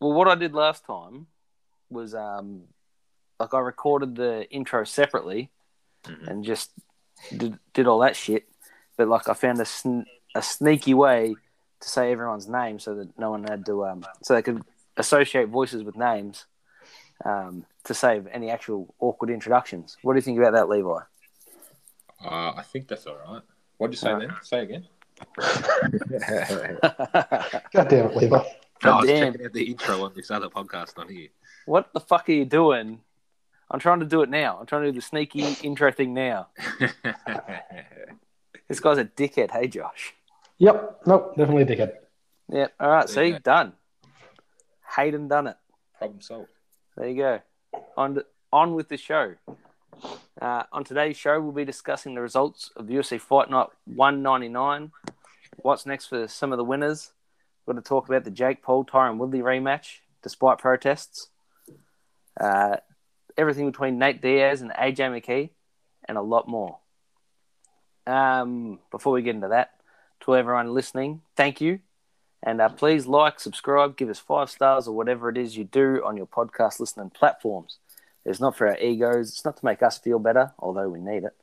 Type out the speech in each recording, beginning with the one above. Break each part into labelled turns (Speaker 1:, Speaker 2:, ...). Speaker 1: Well, what I did last time was um, like I recorded the intro separately
Speaker 2: Mhm.
Speaker 1: and just did, did all that shit. But like I found a, sn- a sneaky way to say everyone's name so that no one had to um, so they could associate voices with names um, to save any actual awkward introductions. What do you think about that, Levi?
Speaker 2: Uh, I think that's all right. What'd you say
Speaker 1: Alright.
Speaker 2: then? Say again.
Speaker 3: God damn it, Levi.
Speaker 2: No, I was
Speaker 1: Damn.
Speaker 2: checking out the intro on this other podcast on here.
Speaker 1: what the fuck are you doing? I'm trying to do it now. I'm trying to do the sneaky intro thing now. This guy's a dickhead. Hey, Josh.
Speaker 3: Yep. Nope. Definitely a dickhead.
Speaker 1: Yeah. All right.
Speaker 2: There you
Speaker 1: See, done. Hayden done it.
Speaker 2: Problem solved.
Speaker 1: There you go. On on with the show. Uh, on today's show, we'll be discussing the results of UFC Fight Night 199. What's next for some of the winners? We're going to talk about the Jake Paul Tyron Woodley rematch, despite protests. Uh, everything between Nate Diaz and AJ McKee, and a lot more. Um, before we get into that, to everyone listening, thank you. And uh, please like, subscribe, give us five stars or whatever it is you do on your podcast listening platforms. It's not for our egos. It's not to make us feel better, although we need it.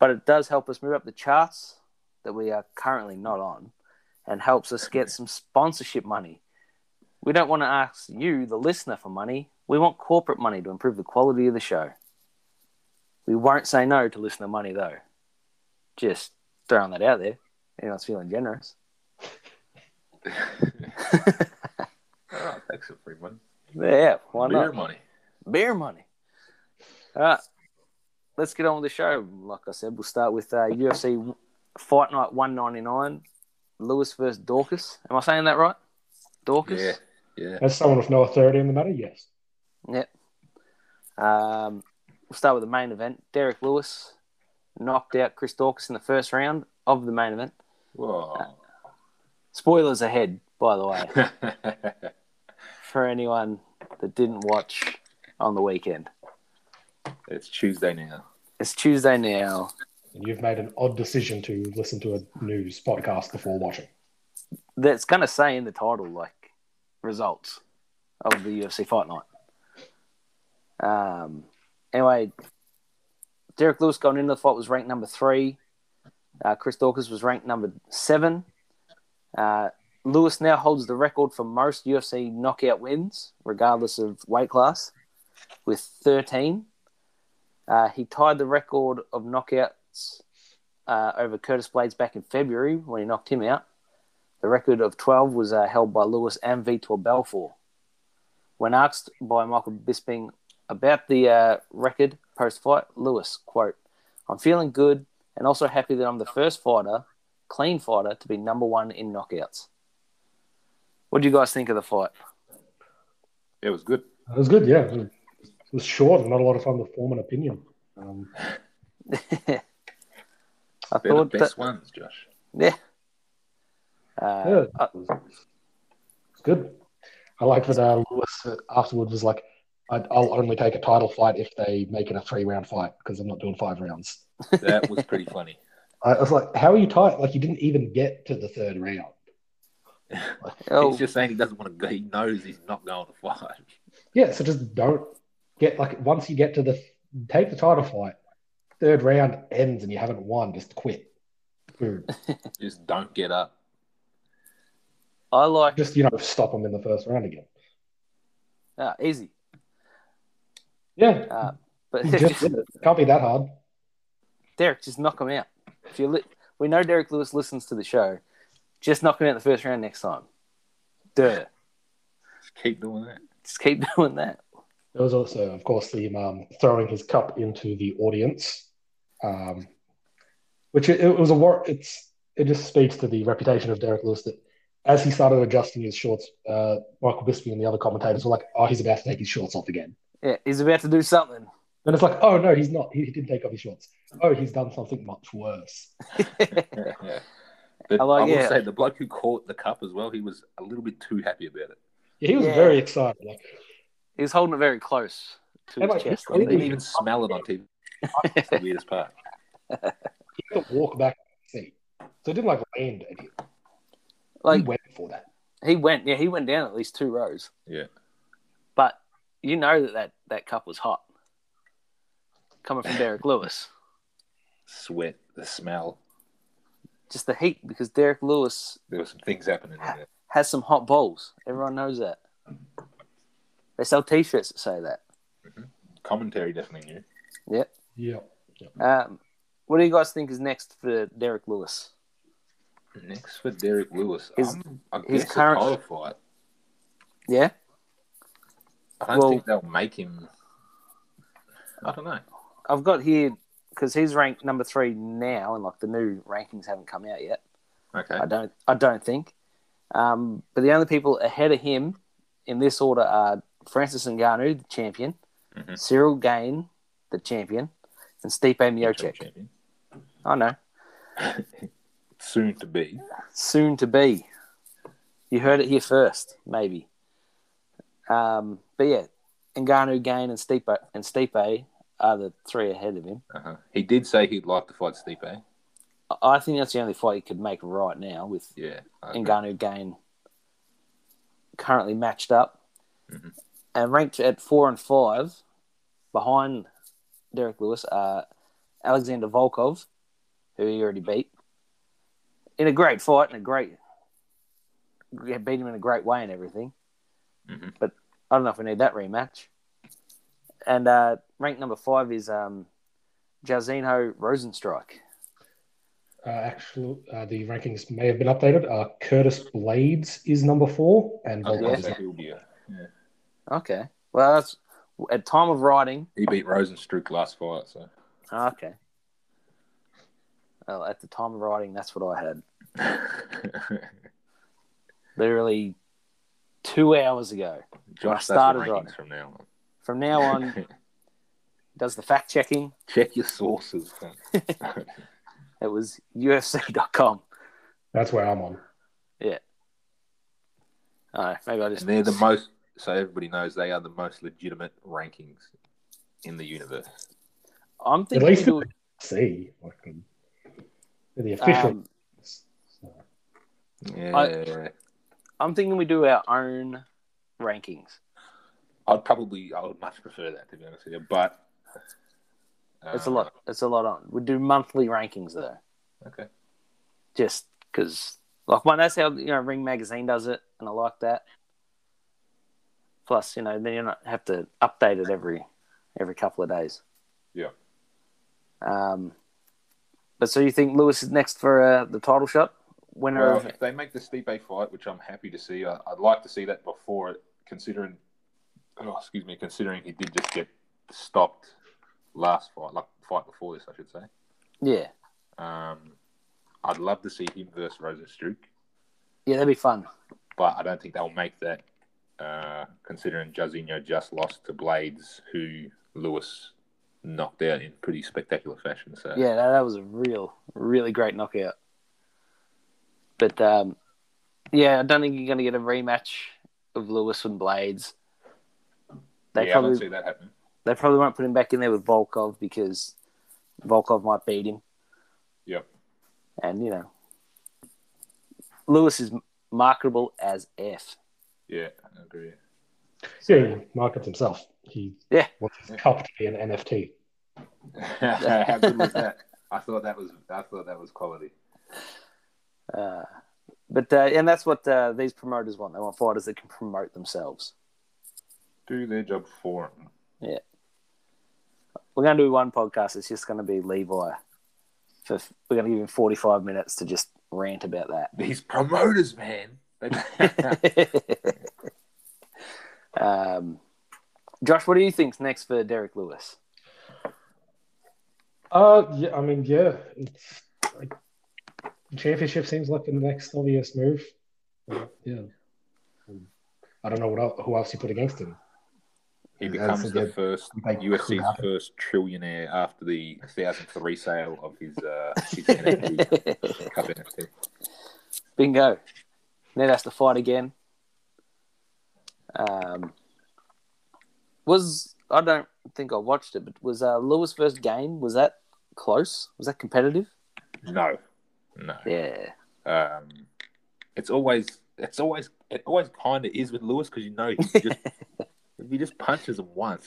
Speaker 1: But it does help us move up the charts that we are currently not on and helps us get some sponsorship money. We don't want to ask you, the listener, for money. We want corporate money to improve the quality of the show. We won't say no to listener money, though. Just throwing that out there. Anyone's feeling generous.
Speaker 2: Oh, thanks, everyone.
Speaker 1: Yeah, why not?
Speaker 2: Beer money.
Speaker 1: Beer money. All right, let's get on with the show. Like I said, we'll start with uh, UFC Fight Night 199, Lewis versus Dorcas. Am I saying that right? Dorcas?
Speaker 2: Yeah, yeah.
Speaker 3: As someone with no authority in the matter, yes.
Speaker 1: Um, we'll start with the main event. Derek Lewis knocked out Chris Dorcas in the first round of the main event.
Speaker 2: Whoa.
Speaker 1: Spoilers ahead, by the way,
Speaker 2: yeah,
Speaker 1: for anyone that didn't watch on the weekend.
Speaker 2: it's Tuesday now.
Speaker 1: It's Tuesday now.
Speaker 3: And you've made an odd decision to listen to a news podcast before watching.
Speaker 1: that's going to say in the title, like results of the UFC fight night. Um, anyway, Derek Lewis going into the fight was ranked number three. Uh, Chris Dawkins was ranked number seven. Uh, Lewis now holds the record for most UFC knockout wins, regardless of weight class, with 13. Uh, he tied the record of knockouts uh, over Curtis Blades back in February when he knocked him out. The record of 12 was uh, held by Lewis and Vitor Belfort. When asked by Michael Bisping about the uh, record post fight, Lewis, quote, I'm feeling good and also happy that I'm the first fighter, clean fighter, to be number one in knockouts. What do you guys think of the fight?
Speaker 2: It was good.
Speaker 3: It was good, yeah. It was- it was short and not a lot of time to form an opinion. Um,
Speaker 1: I
Speaker 2: They're the
Speaker 1: thought that,
Speaker 2: best ones, Josh.
Speaker 1: yeah. Uh,
Speaker 3: yeah, it was, it was good. I like that uh, Lewis afterwards was like, I'd, I'll only take a title fight if they make it a three round fight because I'm not doing five rounds.
Speaker 2: That was pretty funny.
Speaker 3: I was like, how are you tight? Like, you didn't even get to the third round.
Speaker 1: oh,
Speaker 2: He's just saying he doesn't want to go. He knows he's not going to fight.
Speaker 3: Yeah, so just don't get like once you get to the take the title fight, third round ends and you haven't won, just quit. Boom.
Speaker 2: Just don't get up.
Speaker 1: I like
Speaker 3: Just you know, stop them in the first round again.
Speaker 1: uh, easy,
Speaker 3: Yeah,
Speaker 1: uh, but
Speaker 3: you just did it. can't be that hard.
Speaker 1: Derek, just knock him out. If you li- we know Derek Lewis listens to the show, just knock him out the first round next time. Duh.
Speaker 2: Just keep doing that.
Speaker 1: Just keep doing that.
Speaker 3: There was also, of course, the um, throwing his cup into the audience, um, which it, it was a war. It's it just speaks to the reputation of Derek Lewis that as he started adjusting his shorts, uh, Michael Bisping and the other commentators were like, "Oh, he's about to take his shorts off again."
Speaker 1: Yeah, he's about to do something.
Speaker 3: Then it's like, oh no, he's not. He, he didn't take off his shorts. Oh, he's done something much worse.
Speaker 2: yeah. But
Speaker 1: I
Speaker 2: I,
Speaker 1: like-
Speaker 2: will
Speaker 1: yeah.
Speaker 2: say the bloke who caught the cup as well, he was a little bit too happy about it.
Speaker 3: Yeah, he was
Speaker 1: Yeah.
Speaker 3: very excited. Like,
Speaker 1: He was holding it very close to
Speaker 3: And,
Speaker 1: his
Speaker 3: like,
Speaker 1: chest.
Speaker 2: I didn't
Speaker 3: Maybe.
Speaker 2: even smell it on TV. That's the weirdest part.
Speaker 3: he had to walk back to the seat, so he didn't like land. He,
Speaker 1: Like
Speaker 3: he went for that.
Speaker 1: he went, yeah, he went down at least two rows.
Speaker 2: Yeah.
Speaker 1: you know that that, that cup was hot coming from Derek Lewis.
Speaker 2: Sweat, the smell.
Speaker 1: Just the heat because Derek Lewis
Speaker 2: There were some things happening in there.
Speaker 1: has some hot balls. Everyone knows that. They sell T-shirts that say that.
Speaker 2: Commentary definitely knew.
Speaker 1: Yep.
Speaker 3: Yeah.
Speaker 1: Um, what do you guys think is next for Derek Lewis?
Speaker 2: Next for Derek Lewis,
Speaker 1: His-
Speaker 2: um, I
Speaker 1: his
Speaker 2: guess a
Speaker 1: current-
Speaker 2: title fight.
Speaker 1: Yeah.
Speaker 2: I don't
Speaker 1: Well-
Speaker 2: think they'll make him. I don't know.
Speaker 1: I've got here because he's ranked number three now, and like the new rankings haven't come out yet.
Speaker 2: Okay,
Speaker 1: I don't. I don't think. Um, but the only people ahead of him in this order are Francis Ngannou, the champion,
Speaker 2: Mhm.
Speaker 1: Cyril Gain, the champion, and Stipe Miocic.
Speaker 2: Champion.
Speaker 1: I know.
Speaker 2: soon to be.
Speaker 1: Soon to be. You heard it here first, maybe. Um, but yeah, Ngannou, Gain, and Stipe and Stipe are the three ahead of him.
Speaker 2: Uh-huh. He did say he'd like to fight Stipe.
Speaker 1: I- I think that's the only fight he could make right now with
Speaker 2: Yeah, I agree.
Speaker 1: Ngannou Gain currently matched up
Speaker 2: Mhm.
Speaker 1: and ranked at four and five behind Derek Lewis are Alexander Volkov, who he already beat in a great fight and a great yeah, beat him in a great way and everything.
Speaker 2: Mhm.
Speaker 1: But I don't know if we need that rematch. And uh, ranked number five is um, Jazinho Rosenstrike.
Speaker 3: Uh, actually, uh, the rankings may have been updated. Uh, Curtis Blades is number four, and
Speaker 1: Oh,
Speaker 2: Okay,
Speaker 3: Volkov is
Speaker 2: so he'll be a-
Speaker 1: Okay, well that's at time of writing
Speaker 2: He beat Rosenstruck last fight, so Ah,
Speaker 1: Oh, okay. Well, Oh, at the time of writing, that's what I had. Literally two hours ago.
Speaker 2: Josh
Speaker 1: started
Speaker 2: started rankings
Speaker 1: right.
Speaker 2: from now on.
Speaker 1: From now on, does the fact checking.
Speaker 2: Check your sources.
Speaker 1: It was UFC.com.
Speaker 3: That's where I'm on.
Speaker 1: Oh, maybe I just.
Speaker 2: and they're the most, so everybody knows they are the most legitimate rankings in the universe.
Speaker 1: I'm
Speaker 3: At
Speaker 1: thinking.
Speaker 3: least
Speaker 1: do-
Speaker 3: see, like, um, the official.
Speaker 1: Um,
Speaker 3: so,
Speaker 2: Yeah.
Speaker 1: I'm thinking we do our own rankings.
Speaker 2: I, would probably, I would much prefer that, to be honest with you, but.
Speaker 1: It's a
Speaker 2: uh,
Speaker 1: lot. It's a lot on. We do monthly rankings though,
Speaker 2: Okay.
Speaker 1: just because. Like one, that's how you know Ring Magazine does it, and I like that. Plus, you know, then you don't have to update it every every couple of days.
Speaker 2: Yeah.
Speaker 1: Um, but so you think Lewis is next for uh, the title shot? Winner
Speaker 2: Well,
Speaker 1: of
Speaker 2: if they make the Stipe fight, which I'm happy to see, I, I'd like to see that before it, considering, oh, excuse me, considering he did just get stopped last fight, like fight before this, I should say.
Speaker 1: yeah,
Speaker 2: Um, I'd love to see him versus Rosenstruck,
Speaker 1: yeah, that'd be fun.
Speaker 2: but I don't think they'll make that, uh, considering Jazinho just lost to Blades, who Lewis knocked out in pretty spectacular fashion. So
Speaker 1: Yeah, that, that was a real, really great knockout. But um, yeah, I don't think you're going to get a rematch of Lewis and Blades. They
Speaker 2: yeah, I don't
Speaker 1: probably
Speaker 2: see that happening.
Speaker 1: they probably won't put him back in there with Volkov because Volkov might beat him,
Speaker 2: Yep.
Speaker 1: and you know, Lewis is marketable as f.
Speaker 2: Yeah, I agree.
Speaker 3: yeah, he markets himself. He
Speaker 1: Yeah.
Speaker 3: wants his cup to be an NFT.
Speaker 2: How good was that? I thought that was I thought that was quality.
Speaker 1: Uh, but uh, and that's what uh, these promoters want. They want fighters that can promote themselves.
Speaker 2: do their job for them.
Speaker 1: We're going to do one podcast. It's just going to be Levi. For, we're going to give him 45 minutes to just rant about
Speaker 2: These promoters, man.
Speaker 1: that. um, Josh, what do you think's next for Derek Lewis?
Speaker 3: Uh, yeah, I mean, yeah, it's like the championship seems like the next obvious move. Uh, yeah, Um, I don't know what else, who else you put against him.
Speaker 2: he
Speaker 3: As
Speaker 2: becomes the
Speaker 3: again,
Speaker 2: first
Speaker 3: they could
Speaker 2: UFC's
Speaker 3: happen.
Speaker 2: first trillionaire after the thousand three sale of his uh his NFT cup NFT.
Speaker 1: Bingo. Ned has to fight again. Um, was I don't think I watched it, but was uh, Lewis versus Game? Was that close? Was that competitive?
Speaker 2: No, no.
Speaker 1: Yeah.
Speaker 2: Um, it's always it's always it always kind of is with Lewis because you know he's just If he just punches them once,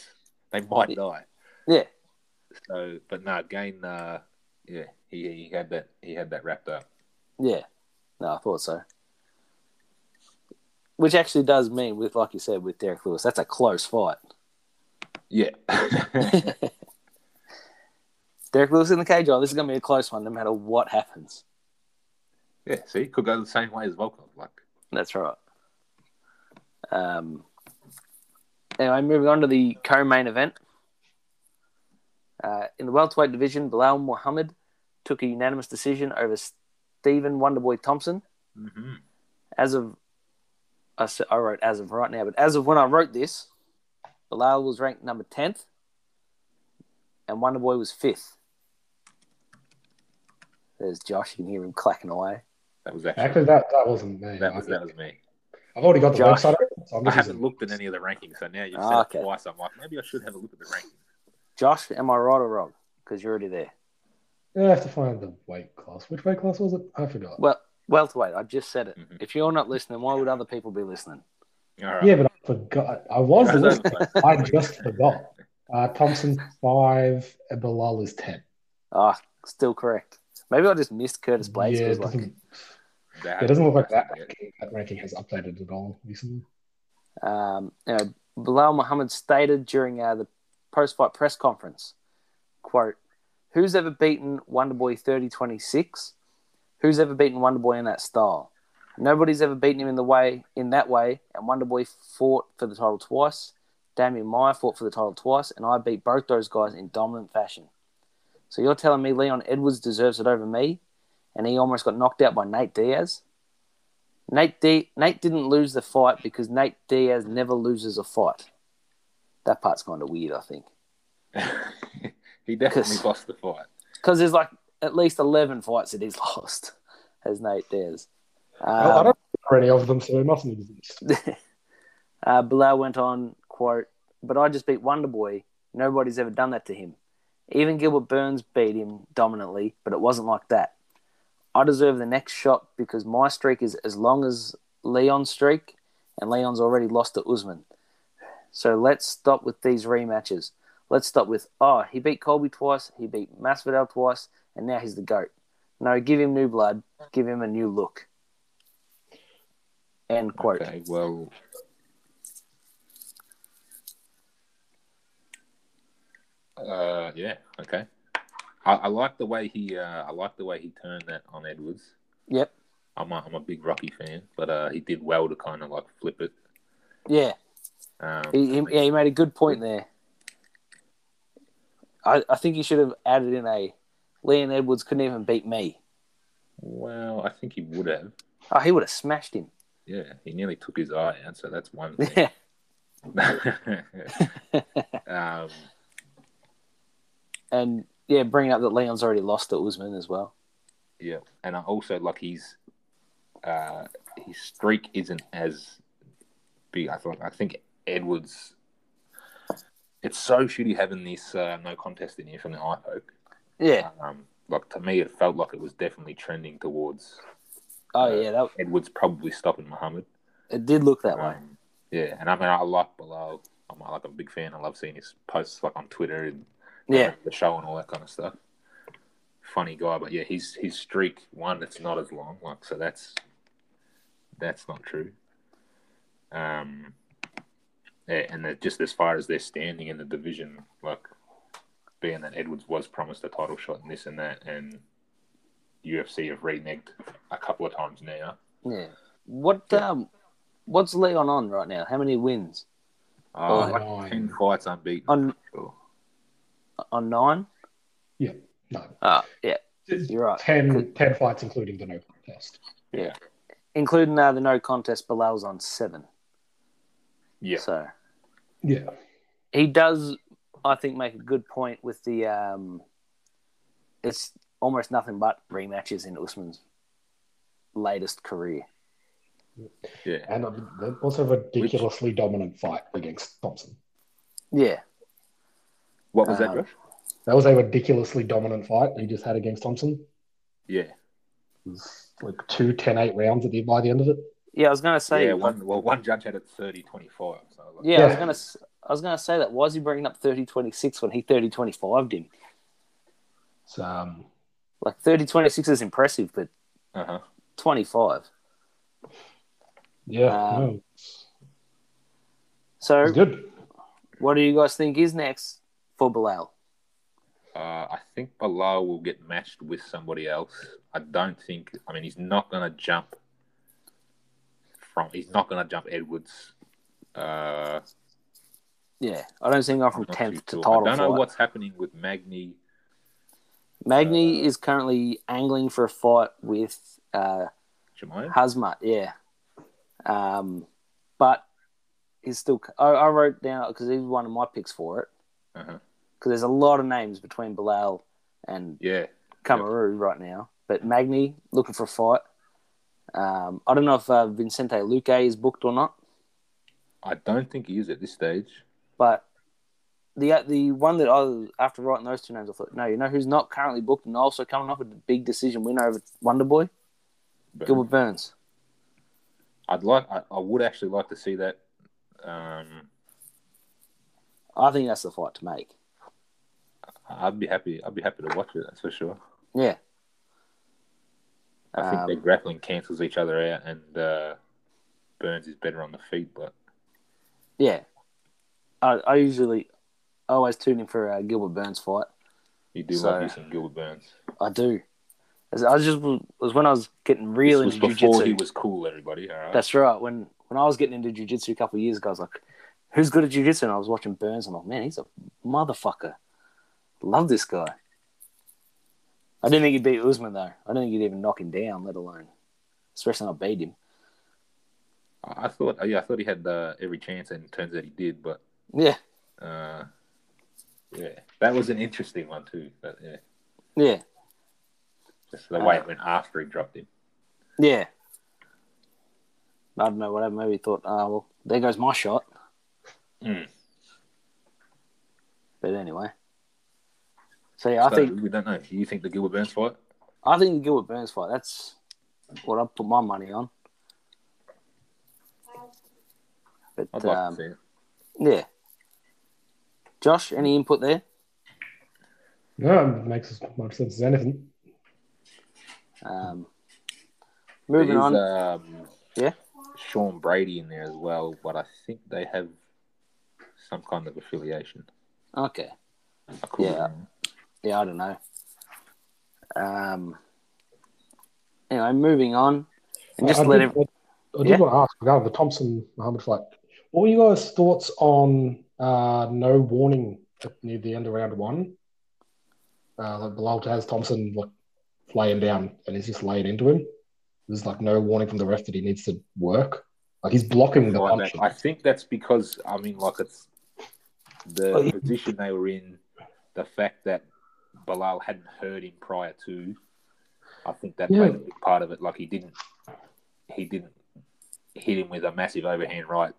Speaker 2: they might die.
Speaker 1: Yeah.
Speaker 2: So, but no, Gain. Uh, yeah, he, he had that. He had that wrapped up.
Speaker 1: Yeah. No, I thought so. Which actually does mean, with like you said, with Derek Lewis, that's a close fight.
Speaker 2: Yeah.
Speaker 1: Derek Lewis in the cage. Oh, this is gonna be a close one, no matter what happens.
Speaker 2: yeah. See, could go the same way as Volkov. Like,
Speaker 1: That's right. Um. Anyway, moving on to the co-main event. Uh, in the welterweight division, Bilal Muhammad took a unanimous decision over Stephen Wonderboy Thompson.
Speaker 2: mm-hmm.
Speaker 1: As of, I, s- I wrote as of right now, but as of when I wrote this, Bilal was ranked number tenth, and Wonderboy was fifth. There's Josh. You can hear him clacking away.
Speaker 2: that was actually
Speaker 3: Actually, that, that wasn't me.
Speaker 2: that was
Speaker 3: I,
Speaker 2: that was me.
Speaker 3: have already got the
Speaker 1: Josh.
Speaker 3: website open, so I'm
Speaker 2: I
Speaker 3: just
Speaker 2: haven't
Speaker 3: using,
Speaker 2: looked at any of the rankings, so now you've said
Speaker 1: Ah,
Speaker 2: it
Speaker 1: okay.
Speaker 2: twice. I'm like, maybe I should have a look at the rankings.
Speaker 1: Josh, am I right or wrong? Because you're already there.
Speaker 3: yeah, I have to find the weight class. Which weight class was it? I forgot.
Speaker 1: Well, welterweight. I just said it.
Speaker 2: Mhm.
Speaker 1: If you're not listening, why would other people be listening?
Speaker 2: All right.
Speaker 3: Yeah, but I forgot. I was
Speaker 2: Goes
Speaker 3: listening.
Speaker 2: over,
Speaker 3: I just forgot. Uh, Thompson five, and Bilal is ten.
Speaker 1: Ah, still correct. Maybe I just missed Curtis Blades.
Speaker 3: yeah,
Speaker 1: 'cause,
Speaker 3: it
Speaker 1: like,
Speaker 3: doesn't,
Speaker 2: folks. That-
Speaker 3: it doesn't look like that.
Speaker 2: Yeah.
Speaker 3: Ranking, that ranking has updated at all recently.
Speaker 1: um, you know, Bilal Muhammad stated during uh, the post-fight press conference, quote, who's ever beaten Wonderboy 3026? Who's ever beaten Wonderboy in that style? Nobody's ever beaten him in the way in that way, and Wonderboy fought for the title twice. Damien Meyer fought for the title twice, and I beat both those guys in dominant fashion. So you're telling me Leon Edwards deserves it over me, and he almost got knocked out by Nate Diaz? Nate D- Nate didn't lose the fight because Nate Diaz never loses a fight. That part's kind of weird, I think,
Speaker 2: he definitely
Speaker 1: Yes.
Speaker 2: lost the fight.
Speaker 1: because there's like at least eleven fights that he's lost as Nate Diaz.
Speaker 3: I, I
Speaker 1: Um,
Speaker 3: don't remember any of them, so they mustn't exist.
Speaker 1: uh, Bilal went on, quote, "But I just beat Wonderboy. Nobody's ever done that to him. Even Gilbert Burns beat him dominantly, but it wasn't like that. I deserve the next shot because my streak is as long as Leon's streak, and Leon's already lost to Usman. So let's stop with these rematches. Let's stop with, oh, he beat Colby twice, he beat Masvidal twice, and now he's the GOAT. No, give him new blood, give him a new look. End quote.
Speaker 2: Okay, well, uh, yeah, okay. I, I like the way he, uh, I like the way he turned that on Edwards.
Speaker 1: Yep.
Speaker 2: I'm a, I'm a big Rocky fan, but uh, he did well to kind of like flip it.
Speaker 1: Yeah.
Speaker 2: Um,
Speaker 1: He, he, yeah, he made a good point there. I, I think he should have added in a Leon Edwards couldn't even beat me.
Speaker 2: well, I think he would have.
Speaker 1: Oh, he would have smashed him.
Speaker 2: Yeah, he nearly took his eye out, so that's one thing.
Speaker 1: Yeah.
Speaker 2: um,
Speaker 1: and yeah, bringing up that Leon's already lost to Usman as well.
Speaker 2: yeah, and I also like he's uh, his streak isn't as big. I thought I think Edwards. It's so shitty having this uh, no contest in here from the eye poke.
Speaker 1: Yeah.
Speaker 2: Um, like to me, it felt like it was definitely trending towards
Speaker 1: Oh yeah, that
Speaker 2: Edwards probably stopping Muhammad.
Speaker 1: it did look that way.
Speaker 2: Um, yeah, and I mean I like Bilal. I'm like I'm a big fan. I love seeing his posts like on Twitter and
Speaker 1: Yeah.
Speaker 2: the show and all that kind of stuff. Funny guy, but yeah, his his streak one it's not as long, like so that's that's not true. Um, yeah, and that just as far as their standing in the division, like being that Edwards was promised a title shot and this and that, and UFC have reneged a couple of times now.
Speaker 1: Yeah. What um, what's Leon on right now? How many wins
Speaker 2: Uh,
Speaker 1: Oh,
Speaker 2: like
Speaker 3: no.
Speaker 2: ten fights unbeaten.
Speaker 1: on
Speaker 2: Cool.
Speaker 1: on nine?
Speaker 3: No,
Speaker 1: Ah, yeah, you're right.
Speaker 3: 10, 10 fights, including the no contest.
Speaker 1: Including uh, the no contest, Bilal's on seven.
Speaker 2: Yeah,
Speaker 1: So
Speaker 3: Yeah,
Speaker 1: he does i think make a good point with the um it's almost nothing but rematches in usman's latest career
Speaker 2: yeah.
Speaker 3: and um, they're also a ridiculously dominant fight against Thompson.
Speaker 1: yeah
Speaker 2: What was that,
Speaker 1: Um,
Speaker 2: Josh?
Speaker 3: That was a ridiculously dominant fight he just had against Thompson.
Speaker 2: Yeah,
Speaker 3: Like two 10-8 rounds at the by the end of it.
Speaker 1: yeah i was gonna say
Speaker 2: yeah.
Speaker 1: yeah,
Speaker 2: One, well, one judge had it 30-25. So like,
Speaker 1: i was
Speaker 3: Yeah.
Speaker 1: gonna s- I was going to say that. Why is he bringing up 30 26 when he 30 25'd him?
Speaker 3: It's, um,
Speaker 1: Like 30 26 is impressive, but
Speaker 2: Uh huh.
Speaker 1: 25.
Speaker 3: yeah,
Speaker 1: Um,
Speaker 3: no, it's
Speaker 1: So,
Speaker 3: good.
Speaker 1: what do you guys think is next for Bilal?
Speaker 2: Uh, I think Bilal will get matched with somebody else. I don't think. I mean, he's not going to jump from. He's not going to jump Edwards. Uh,
Speaker 1: Yeah, I don't see him going from
Speaker 2: I'm not too
Speaker 1: 10th to
Speaker 2: sure.
Speaker 1: title.
Speaker 2: I don't know
Speaker 1: fight.
Speaker 2: what's happening with Magni. uh,
Speaker 1: Magni is currently angling for a fight with uh,
Speaker 2: Jemaya.
Speaker 1: Hazmat, yeah. Um, but he's still. I, I wrote down because he was one of my picks for it
Speaker 2: Uh-huh.
Speaker 1: because there's a lot of names between Bilal and
Speaker 2: Yeah.
Speaker 1: Kamaru right now. But Magni looking for a fight. Um, I don't know if uh, Vincente Luque is booked or not,
Speaker 2: I don't think he is at this stage.
Speaker 1: but the uh, the one that I after writing those two names, I thought, no, you know who's not currently booked and also coming off a big decision win over Wonderboy,
Speaker 2: But
Speaker 1: Gilbert Burns.
Speaker 2: I'd like. I, I would actually like to see that. Um,
Speaker 1: I think that's the fight to make.
Speaker 2: I'd be happy. I'd be happy to watch it. That's for sure.
Speaker 1: Yeah,
Speaker 2: I think
Speaker 1: Um,
Speaker 2: their grappling cancels each other out, and uh, Burns is better on the feet. But
Speaker 1: yeah. I, I usually I always tune in for a Gilbert Burns fight.
Speaker 2: you do
Speaker 1: So-
Speaker 2: love you some Gilbert Burns.
Speaker 1: I do. As- I was just it was when I was getting
Speaker 2: This
Speaker 1: real
Speaker 2: was
Speaker 1: into
Speaker 2: before he
Speaker 1: jiu-jitsu.
Speaker 2: was cool. Everybody, all right.
Speaker 1: That's right. When when I was getting into jiu-jitsu a couple of years ago, I was like, "Who's good at jiu-jitsu?" And I was watching Burns. I'm like, "Man, he's a motherfucker. Love this guy." I didn't think he'd beat Usman though. I didn't think he'd even knock him down, let alone, especially not beat him.
Speaker 2: I I thought. Yeah, I thought he had uh, every chance, and it turns out he did. But
Speaker 1: Yeah,
Speaker 2: uh, yeah, that was an interesting one too. But, yeah,
Speaker 1: yeah,
Speaker 2: just the way
Speaker 1: Uh,
Speaker 2: it went after he dropped him.
Speaker 1: yeah. I don't know. Whatever. Maybe he thought, "Ah, well, there goes my shot."
Speaker 2: Mm.
Speaker 1: But anyway, so yeah, I
Speaker 2: So,
Speaker 1: think
Speaker 2: we don't know. Do you think the Gilbert Burns fight?
Speaker 1: I think the Gilbert Burns fight. That's what I put my money on. But
Speaker 2: I'd like
Speaker 1: um,
Speaker 2: to see it.
Speaker 1: yeah, Josh, any input there?
Speaker 3: No, it makes as much sense as anything.
Speaker 1: Um,
Speaker 2: There
Speaker 1: moving
Speaker 2: is,
Speaker 1: on.
Speaker 2: Um,
Speaker 1: Yeah?
Speaker 2: Sean Brady in there as well, but I think they have some kind of affiliation.
Speaker 1: Okay,
Speaker 2: I could be
Speaker 1: Yeah.
Speaker 2: wrong.
Speaker 1: yeah, I don't know. Um, anyway, moving on, and just
Speaker 3: I, I
Speaker 1: let him.
Speaker 3: did, I, I did
Speaker 1: Yeah?
Speaker 3: want to ask regarding the Thompson Muhammad fight. What were you guys' thoughts on uh, no warning at- near the end of round one? Uh, that Bilal has Thompson like laying down and he's just laying into him. There's like no warning from the ref that he needs to work. Like he's blocking the
Speaker 2: Like that.
Speaker 3: punch.
Speaker 2: I think that's because I mean, like it's the
Speaker 3: Oh, yeah.
Speaker 2: position they were in, the fact that Bilal hadn't heard him prior to. I think that
Speaker 3: Yeah.
Speaker 2: played a big part of it. Like he didn't, he didn't hit him with a massive overhand right,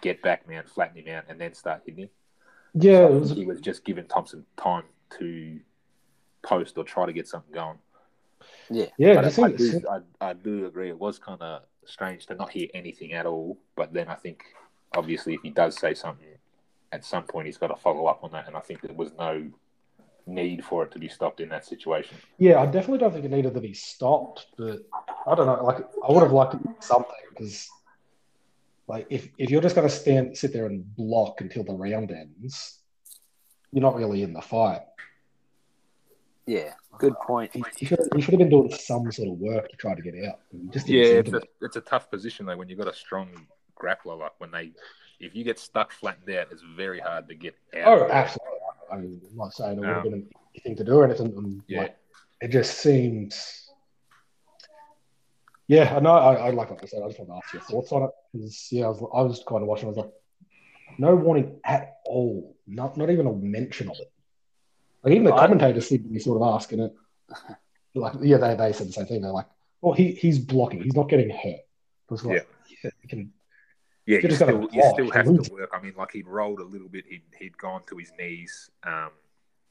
Speaker 2: get back mount, flatten him out, and then start hitting him.
Speaker 3: Yeah,
Speaker 2: I
Speaker 3: it
Speaker 2: think
Speaker 3: was,
Speaker 2: he was just giving Thompson time to post or try to get something going.
Speaker 3: yeah.
Speaker 2: But
Speaker 3: it
Speaker 2: I,
Speaker 3: just seemed-
Speaker 2: I do, I, I do agree. It was kind of strange to not hear anything at all. But then I think, obviously, if he does say something, at some point he's got to follow up on that. And I think there was no need for it to be stopped in that situation.
Speaker 3: Yeah, I definitely don't think it needed to be stopped, but I don't know. Like, I would have liked it to be something because, like, if, if you're just going to stand, sit there and block until the round ends, you're not really in the fight.
Speaker 1: Yeah, good point.
Speaker 3: You should, you should have been doing some sort of work to try to get out. You just didn't seem
Speaker 2: it's
Speaker 3: to
Speaker 2: a, it's a tough position though when you've got a strong grappler. Like when they, if you get stuck flattened out, it's very hard to get out.
Speaker 3: Oh, absolutely. I mean, I'm not saying it would have been an easy thing to do or anything. um,
Speaker 2: Yeah.
Speaker 3: like, it just seems. Yeah, I know. I, I like what I said. I just want to ask your thoughts on it because yeah, I was, I was kind of watching. I was like, no warning at all. Not not even a mention of it. Like even the
Speaker 1: I-
Speaker 3: commentators seemed to be sort of asking it. Like yeah, they, they said the same thing. They're like, well, he he's blocking. He's not getting hurt. I was like, yeah, you can.
Speaker 2: Yeah,
Speaker 3: Should've
Speaker 2: you
Speaker 3: got a
Speaker 2: still, you
Speaker 3: block.
Speaker 2: still have to work. I mean, like he'd rolled a little bit. He'd, he'd gone to his knees um,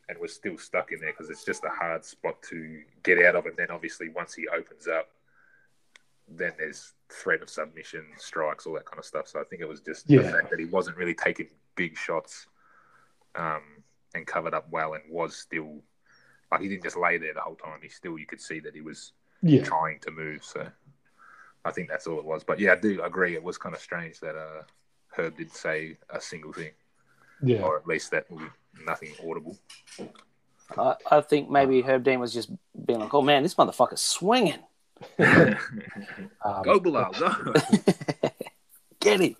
Speaker 2: and was still stuck in there because it's just a hard spot to get out of. And then obviously once he opens up, then there's threat of submission, strikes, all that kind of stuff. So I think it was just
Speaker 3: Yeah.
Speaker 2: the fact that he wasn't really taking big shots um, and covered up well and was still like he didn't just lay there the whole time. He still you could see that he was
Speaker 3: Yeah,
Speaker 2: trying to move. So I think that's all it was. But yeah, I do agree. It was kind of strange that uh, Herb did say a single thing,
Speaker 3: yeah.
Speaker 2: or at least that was nothing audible.
Speaker 1: I, I think maybe Herb Dean was just being like, "Oh man, this motherfucker's swinging.
Speaker 3: Um,
Speaker 2: go below, go.
Speaker 1: Get him."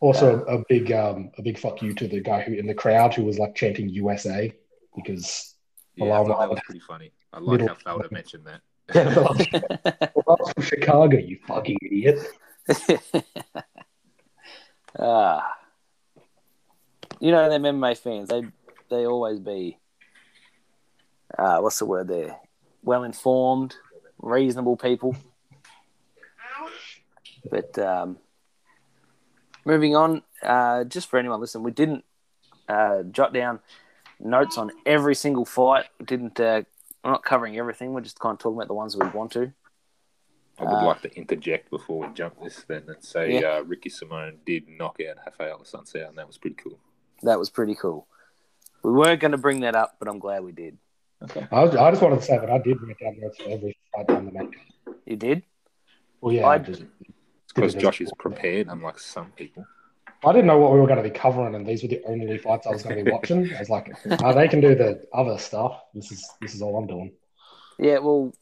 Speaker 3: Also, a big um, a big fuck you to the guy who in the crowd who was like chanting USA because
Speaker 2: Yeah, I thought that was pretty funny. I like
Speaker 3: Little-
Speaker 2: how Felder mentioned that.
Speaker 3: well, that's from Chicago, you fucking idiot.
Speaker 1: ah, you know them MMA fans. They they always be, uh, what's the word there? Well informed, reasonable people. But um, moving on, uh, just for anyone listen, we didn't uh, jot down notes on every single fight. We didn't. Uh, we're not covering everything. We're just kind of talking about the ones we want to.
Speaker 2: I would
Speaker 1: Uh,
Speaker 2: like to interject before we jump this then and say
Speaker 1: Yeah.
Speaker 2: uh, Ricky Simone did knock out Rafael Sunsao, and that was pretty cool.
Speaker 1: That was pretty cool. We weren't going to bring that up, but I'm glad we did.
Speaker 2: Okay.
Speaker 3: I, was- I just wanted to say that I did write down notes for every fight on the match.
Speaker 1: You did?
Speaker 3: Well, yeah, I,
Speaker 1: I-
Speaker 3: just,
Speaker 2: Because Josh is prepared, unlike some people.
Speaker 3: I didn't know what we were going to be covering, and these were the only fights I was going to be watching. I was like, oh, they can do the other stuff. This is this is all I'm doing.
Speaker 1: Yeah, well,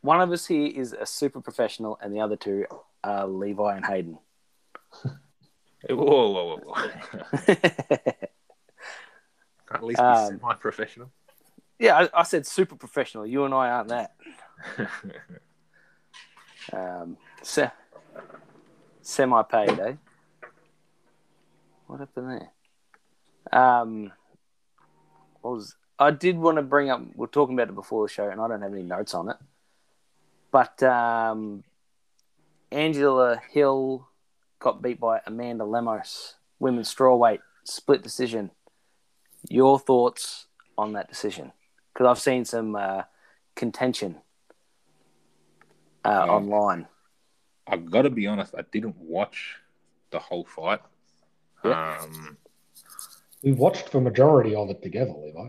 Speaker 1: one of us here is a super professional, and the other two are Levi and Hayden.
Speaker 2: Whoa, whoa, whoa, whoa. at least he's
Speaker 1: Um,
Speaker 2: semi-professional.
Speaker 1: yeah, I, I said super professional. You and I aren't that. Um, se- semi paid, eh? What happened there? Um, what was I did want to bring up? We are talking about it before the show, and I don't have any notes on it. But um, Angela Hill got beat by Amanda Lemos, women's strawweight split decision. Your thoughts on that decision? Because I've seen some uh, contention uh,
Speaker 2: Yeah.
Speaker 1: online.
Speaker 2: I've got to be honest, I didn't watch the whole fight.
Speaker 1: Yeah.
Speaker 2: Um,
Speaker 3: We watched the majority of it together, Levi.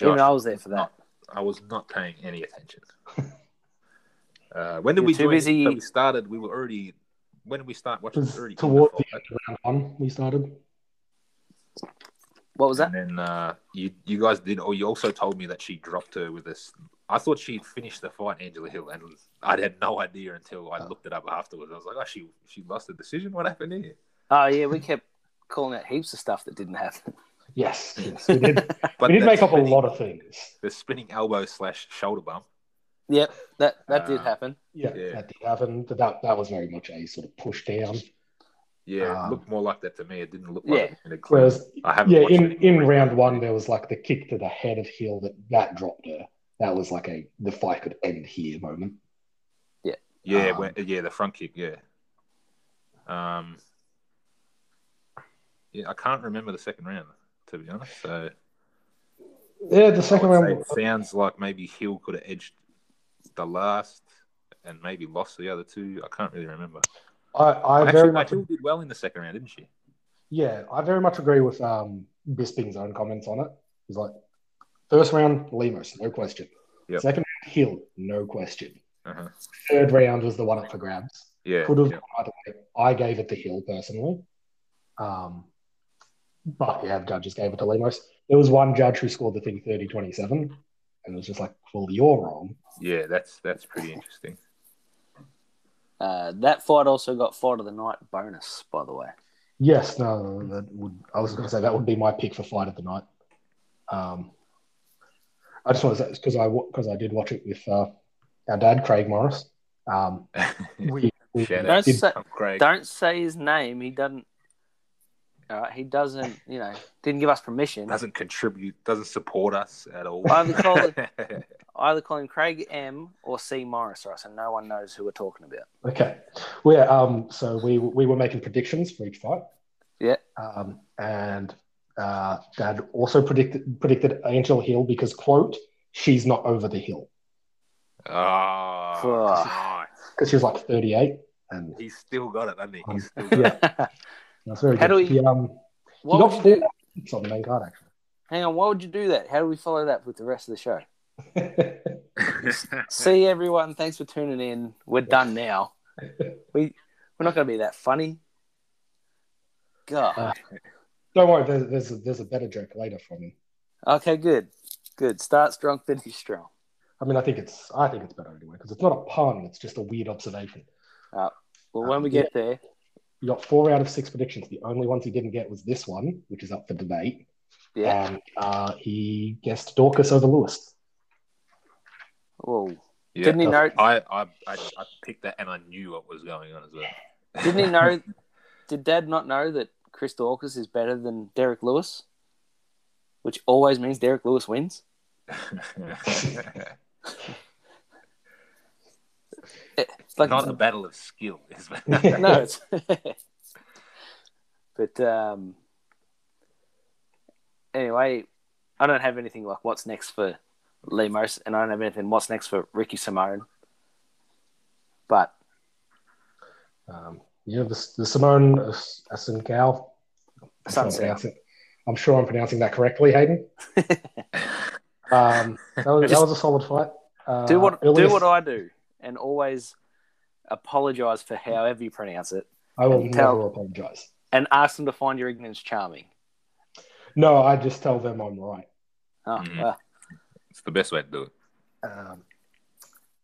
Speaker 1: Even I
Speaker 2: Josh,
Speaker 1: was there for that.
Speaker 2: I was not paying any attention. Uh, when did
Speaker 1: You're
Speaker 2: we
Speaker 1: too
Speaker 2: join?
Speaker 1: busy-
Speaker 2: So we started. We were already. When did we start
Speaker 3: It
Speaker 2: watching?
Speaker 3: was
Speaker 2: Already in
Speaker 3: towards
Speaker 2: the
Speaker 3: the
Speaker 2: fight.
Speaker 3: end of round one we started.
Speaker 1: What was that?
Speaker 2: And then uh, you you guys did, or you also told me that she dropped her with this. I thought she finished the fight, Angela Hill, and I had no idea until
Speaker 3: Oh.
Speaker 2: I looked it up afterwards. I was like, oh, she she lost the decision. What happened here?
Speaker 1: Oh yeah, we kept calling out heaps of stuff that didn't happen.
Speaker 3: Yes, yes, we did.
Speaker 2: But
Speaker 3: we did
Speaker 2: that
Speaker 3: make up a
Speaker 2: spinning-
Speaker 3: lot of things.
Speaker 2: The spinning elbow slash shoulder bump.
Speaker 1: Yep, that that did
Speaker 2: Uh,
Speaker 1: happen.
Speaker 3: Yeah,
Speaker 2: Yeah.
Speaker 3: that did happen. But that that was very much a sort of push down.
Speaker 2: Yeah,
Speaker 3: Um,
Speaker 2: it looked more like that to me. It didn't look like
Speaker 1: Yeah.
Speaker 2: it in a clean.
Speaker 3: Whereas,
Speaker 2: I haven't
Speaker 3: yeah,
Speaker 2: watched
Speaker 3: in,
Speaker 2: it
Speaker 3: in
Speaker 2: anymore.
Speaker 3: round one there was like the kick to the head of Hill that that dropped her. That was like a the fight could end here moment.
Speaker 2: Yeah,
Speaker 3: Um,
Speaker 2: when, yeah, the front kick, yeah. Um, yeah, I can't remember the second round to be honest. So
Speaker 3: Yeah, the second
Speaker 2: I would say
Speaker 3: round.
Speaker 2: it sounds like maybe Hill could have edged the last and maybe lost the other two. I can't really remember.
Speaker 3: I, I
Speaker 2: Actually,
Speaker 3: very
Speaker 2: no,
Speaker 3: much
Speaker 2: Hill did well in the second round, didn't she?
Speaker 3: yeah, I very much agree with um, Bisping's own comments on it. He's like, first round Lemos, no question.
Speaker 2: Yep.
Speaker 3: Second round Hill, no question.
Speaker 2: Uh-huh.
Speaker 3: Third round was the one up for grabs.
Speaker 2: Yeah,
Speaker 3: Could have
Speaker 2: yeah.
Speaker 3: gone either way. I gave it to Hill personally. Um, but yeah, the judges gave it to Lemos. There was one judge who scored the thing 30 27 and was just like, well, you're wrong.
Speaker 2: Yeah, that's that's pretty interesting.
Speaker 1: Uh, that fight also got fight of the night bonus, by the way.
Speaker 3: Yes, no, that would, I was going to say that would be my pick for fight of the night. Um, I just want to say because I because I did watch it with uh, our dad Craig Morris. Um, we, we
Speaker 2: Shout
Speaker 1: Don't
Speaker 2: out,
Speaker 3: did-
Speaker 1: say
Speaker 2: Tom Craig.
Speaker 1: don't say his name. He doesn't. All right, he doesn't. You know, didn't give us permission.
Speaker 2: Doesn't contribute, doesn't support us at all.
Speaker 1: I would call it- I Either call him Craig M or C Morris, right? So no one knows who we're talking about.
Speaker 3: Okay. Well, yeah, um, so we we were making predictions for each fight.
Speaker 1: Yeah.
Speaker 3: Um, and uh, Dad also predicted predicted Angel Hill because quote she's not over the hill
Speaker 2: Ah,
Speaker 1: Fuck.
Speaker 2: nice.
Speaker 3: because she was like 38 and
Speaker 2: He's still got it, hasn't he? He's still
Speaker 3: Yeah. That's very
Speaker 1: How do
Speaker 3: good.
Speaker 1: we-
Speaker 3: He, um, he
Speaker 1: What
Speaker 3: got
Speaker 1: would you
Speaker 3: four
Speaker 1: do-
Speaker 3: hits on the main card,
Speaker 1: hang on, why would you do that? How do we follow that with the rest of the show?
Speaker 3: actually.
Speaker 1: See everyone, thanks for tuning in. We're done now. We we're not gonna be that funny. God.
Speaker 3: Don't worry, there's, there's, a, there's a better joke later from him.
Speaker 1: Okay, good. Good. Start strong, finish strong.
Speaker 3: I mean, I think it's I think it's better anyway because it's not a pun; it's just a weird observation.
Speaker 1: Well when we get there,
Speaker 3: You got four out of six predictions. The only ones he didn't get was this one, which is up for debate.
Speaker 1: yeah.
Speaker 3: Um, uh, he guessed Dorcas over Lewis.
Speaker 1: Whoa.
Speaker 2: Yeah. Uh,
Speaker 1: Didn't he know
Speaker 2: I, I, I, I picked that and I knew what was going on as well.
Speaker 1: didn't he know did Dad not know that Chris Dawkins is better than Derek Lewis? Which always means Derek Lewis wins. It's like
Speaker 2: Not a battle of skill. Is
Speaker 1: no, it's but um, anyway, I don't have anything like what's next for Lemos, and I don't have anything what's next for Ricky Simone. But
Speaker 3: Um, yeah, the, the Simone Asinkow.
Speaker 1: Sunset,
Speaker 3: I'm sure I'm pronouncing that correctly, Hayden. Um, that, was, that
Speaker 1: Just-
Speaker 3: was a solid fight. Uh,
Speaker 1: do what do
Speaker 3: earliest-
Speaker 1: what I do, and always apologize for however you pronounce it,
Speaker 3: I will
Speaker 1: tell-
Speaker 3: never apologize.
Speaker 1: and ask them to find your ignorance charming.
Speaker 3: No, I just tell them I'm right.
Speaker 1: Oh,
Speaker 2: Mhm.
Speaker 1: well,
Speaker 2: it's the best way to do it.
Speaker 3: Um,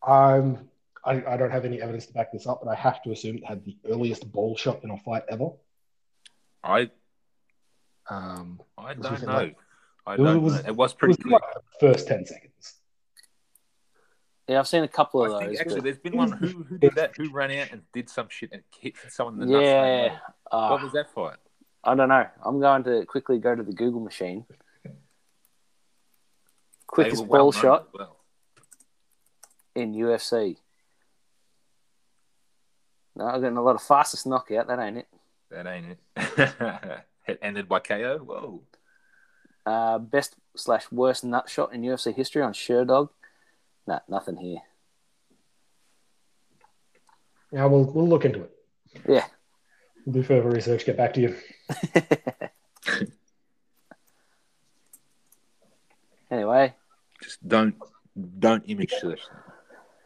Speaker 3: I'm, I, I don't have any evidence to back this up, but I have to assume it had the earliest ball shot in a fight ever.
Speaker 2: I,
Speaker 3: Um,
Speaker 2: I
Speaker 3: Was
Speaker 2: don't
Speaker 3: it
Speaker 2: know.
Speaker 3: like-
Speaker 2: I
Speaker 3: It was-
Speaker 2: don't know.
Speaker 3: it was-
Speaker 2: It was
Speaker 3: it was
Speaker 2: pretty quick.
Speaker 3: like the first 10 seconds.
Speaker 1: yeah, I've seen a couple of
Speaker 2: I think
Speaker 1: those.
Speaker 2: actually
Speaker 1: but-
Speaker 2: there's been one who, who did that who ran out and did some shit and kicked someone in the nuts.
Speaker 1: yeah, uh,
Speaker 2: What was that fight?
Speaker 1: I don't know. I'm going to quickly go to the Google machine.
Speaker 2: They
Speaker 1: Quickest
Speaker 2: were
Speaker 1: ball
Speaker 2: well-known
Speaker 1: shot
Speaker 2: as well.
Speaker 1: in UFC. No, I'm getting a lot of fastest knockout. That ain't it.
Speaker 2: That ain't it. it ended by KO. Whoa.
Speaker 1: Uh, best slash worst nut shot in UFC history on Sherdog. Nah, nothing here.
Speaker 3: Yeah, we'll, we'll look into it.
Speaker 1: Yeah.
Speaker 3: We'll do further research, get back to you.
Speaker 1: Anyway,
Speaker 2: Just don't don't image search.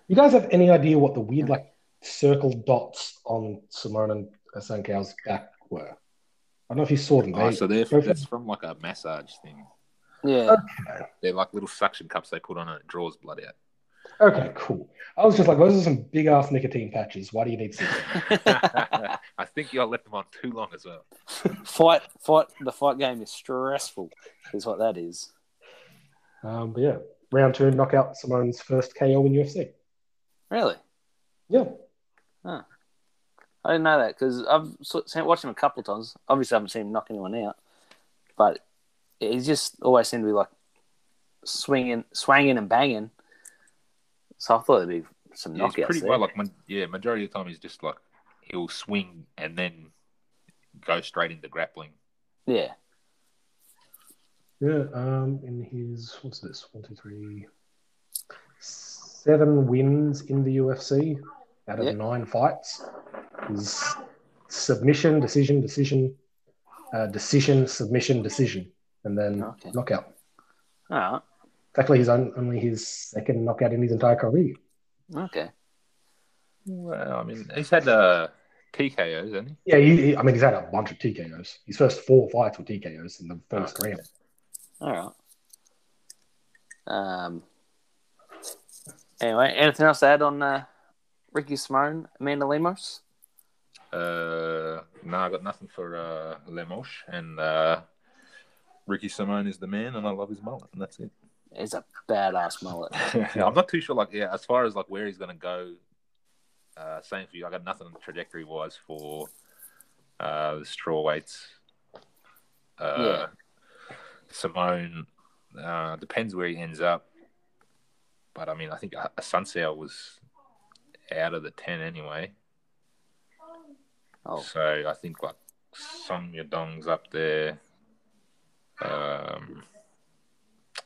Speaker 3: You guys have any idea what the weird, like, circle dots on Simone and Asankow's back were? I don't know if you saw them.
Speaker 2: Oh,
Speaker 3: they-
Speaker 2: so they're,
Speaker 3: go for-
Speaker 2: that's from like a massage thing.
Speaker 1: yeah.
Speaker 2: They're like little suction cups they put on it, it draws blood
Speaker 3: Okay, cool. I was just like, those are some big ass nicotine patches. Why do you need six?
Speaker 2: out. I think y'all left them on too long as well.
Speaker 1: fight, fight. The fight game is stressful, is what that is.
Speaker 3: Um, but yeah, round two, knockout Simone's first KO in UFC.
Speaker 1: Really,
Speaker 3: Yeah,
Speaker 1: I didn't know that because I've so- seen- watched him a couple of times. Obviously, I haven't seen him knock anyone out, but he just always seemed to be like swinging, swanging, and banging. So I thought it'd be some
Speaker 2: Yeah, he's
Speaker 1: knockouts.
Speaker 2: pretty
Speaker 1: there.
Speaker 2: well like ma- yeah, majority of the time he's just like he'll swing and then go straight into grappling.
Speaker 1: yeah.
Speaker 3: yeah. Um, in his what's this? One, two, three, seven wins in the UFC out of
Speaker 1: Yeah.
Speaker 3: nine fights. His submission, decision, decision, uh, decision, submission, decision, and then
Speaker 1: Okay.
Speaker 3: knockout.
Speaker 1: All right.
Speaker 3: It's actually his on- only his second knockout in his entire career.
Speaker 1: Okay.
Speaker 2: Well, I mean he's had uh TKOs, hasn't he?
Speaker 3: Yeah, he, he- I mean, he's had a bunch of TKOs. His first four fights were TKOs in the first round.
Speaker 1: All right. Um. Anyway, anything else to add on uh, Ricky Simone, Amanda Lemos?
Speaker 2: Uh, no, I got nothing for uh, Lemos and uh, Ricky Simone is the man, and I love his mullet, and that's it.
Speaker 1: He's a badass mullet.
Speaker 2: I'm not too sure, like, yeah, as far as like where he's gonna go. Uh, same for you. I got nothing trajectory wise for uh, the straw weights. Uh, Simone uh, depends where he ends up, but I mean, I think a Sunsail was out of the ten anyway.
Speaker 1: Oh,
Speaker 2: So I think like Song Yadong's up there. Um,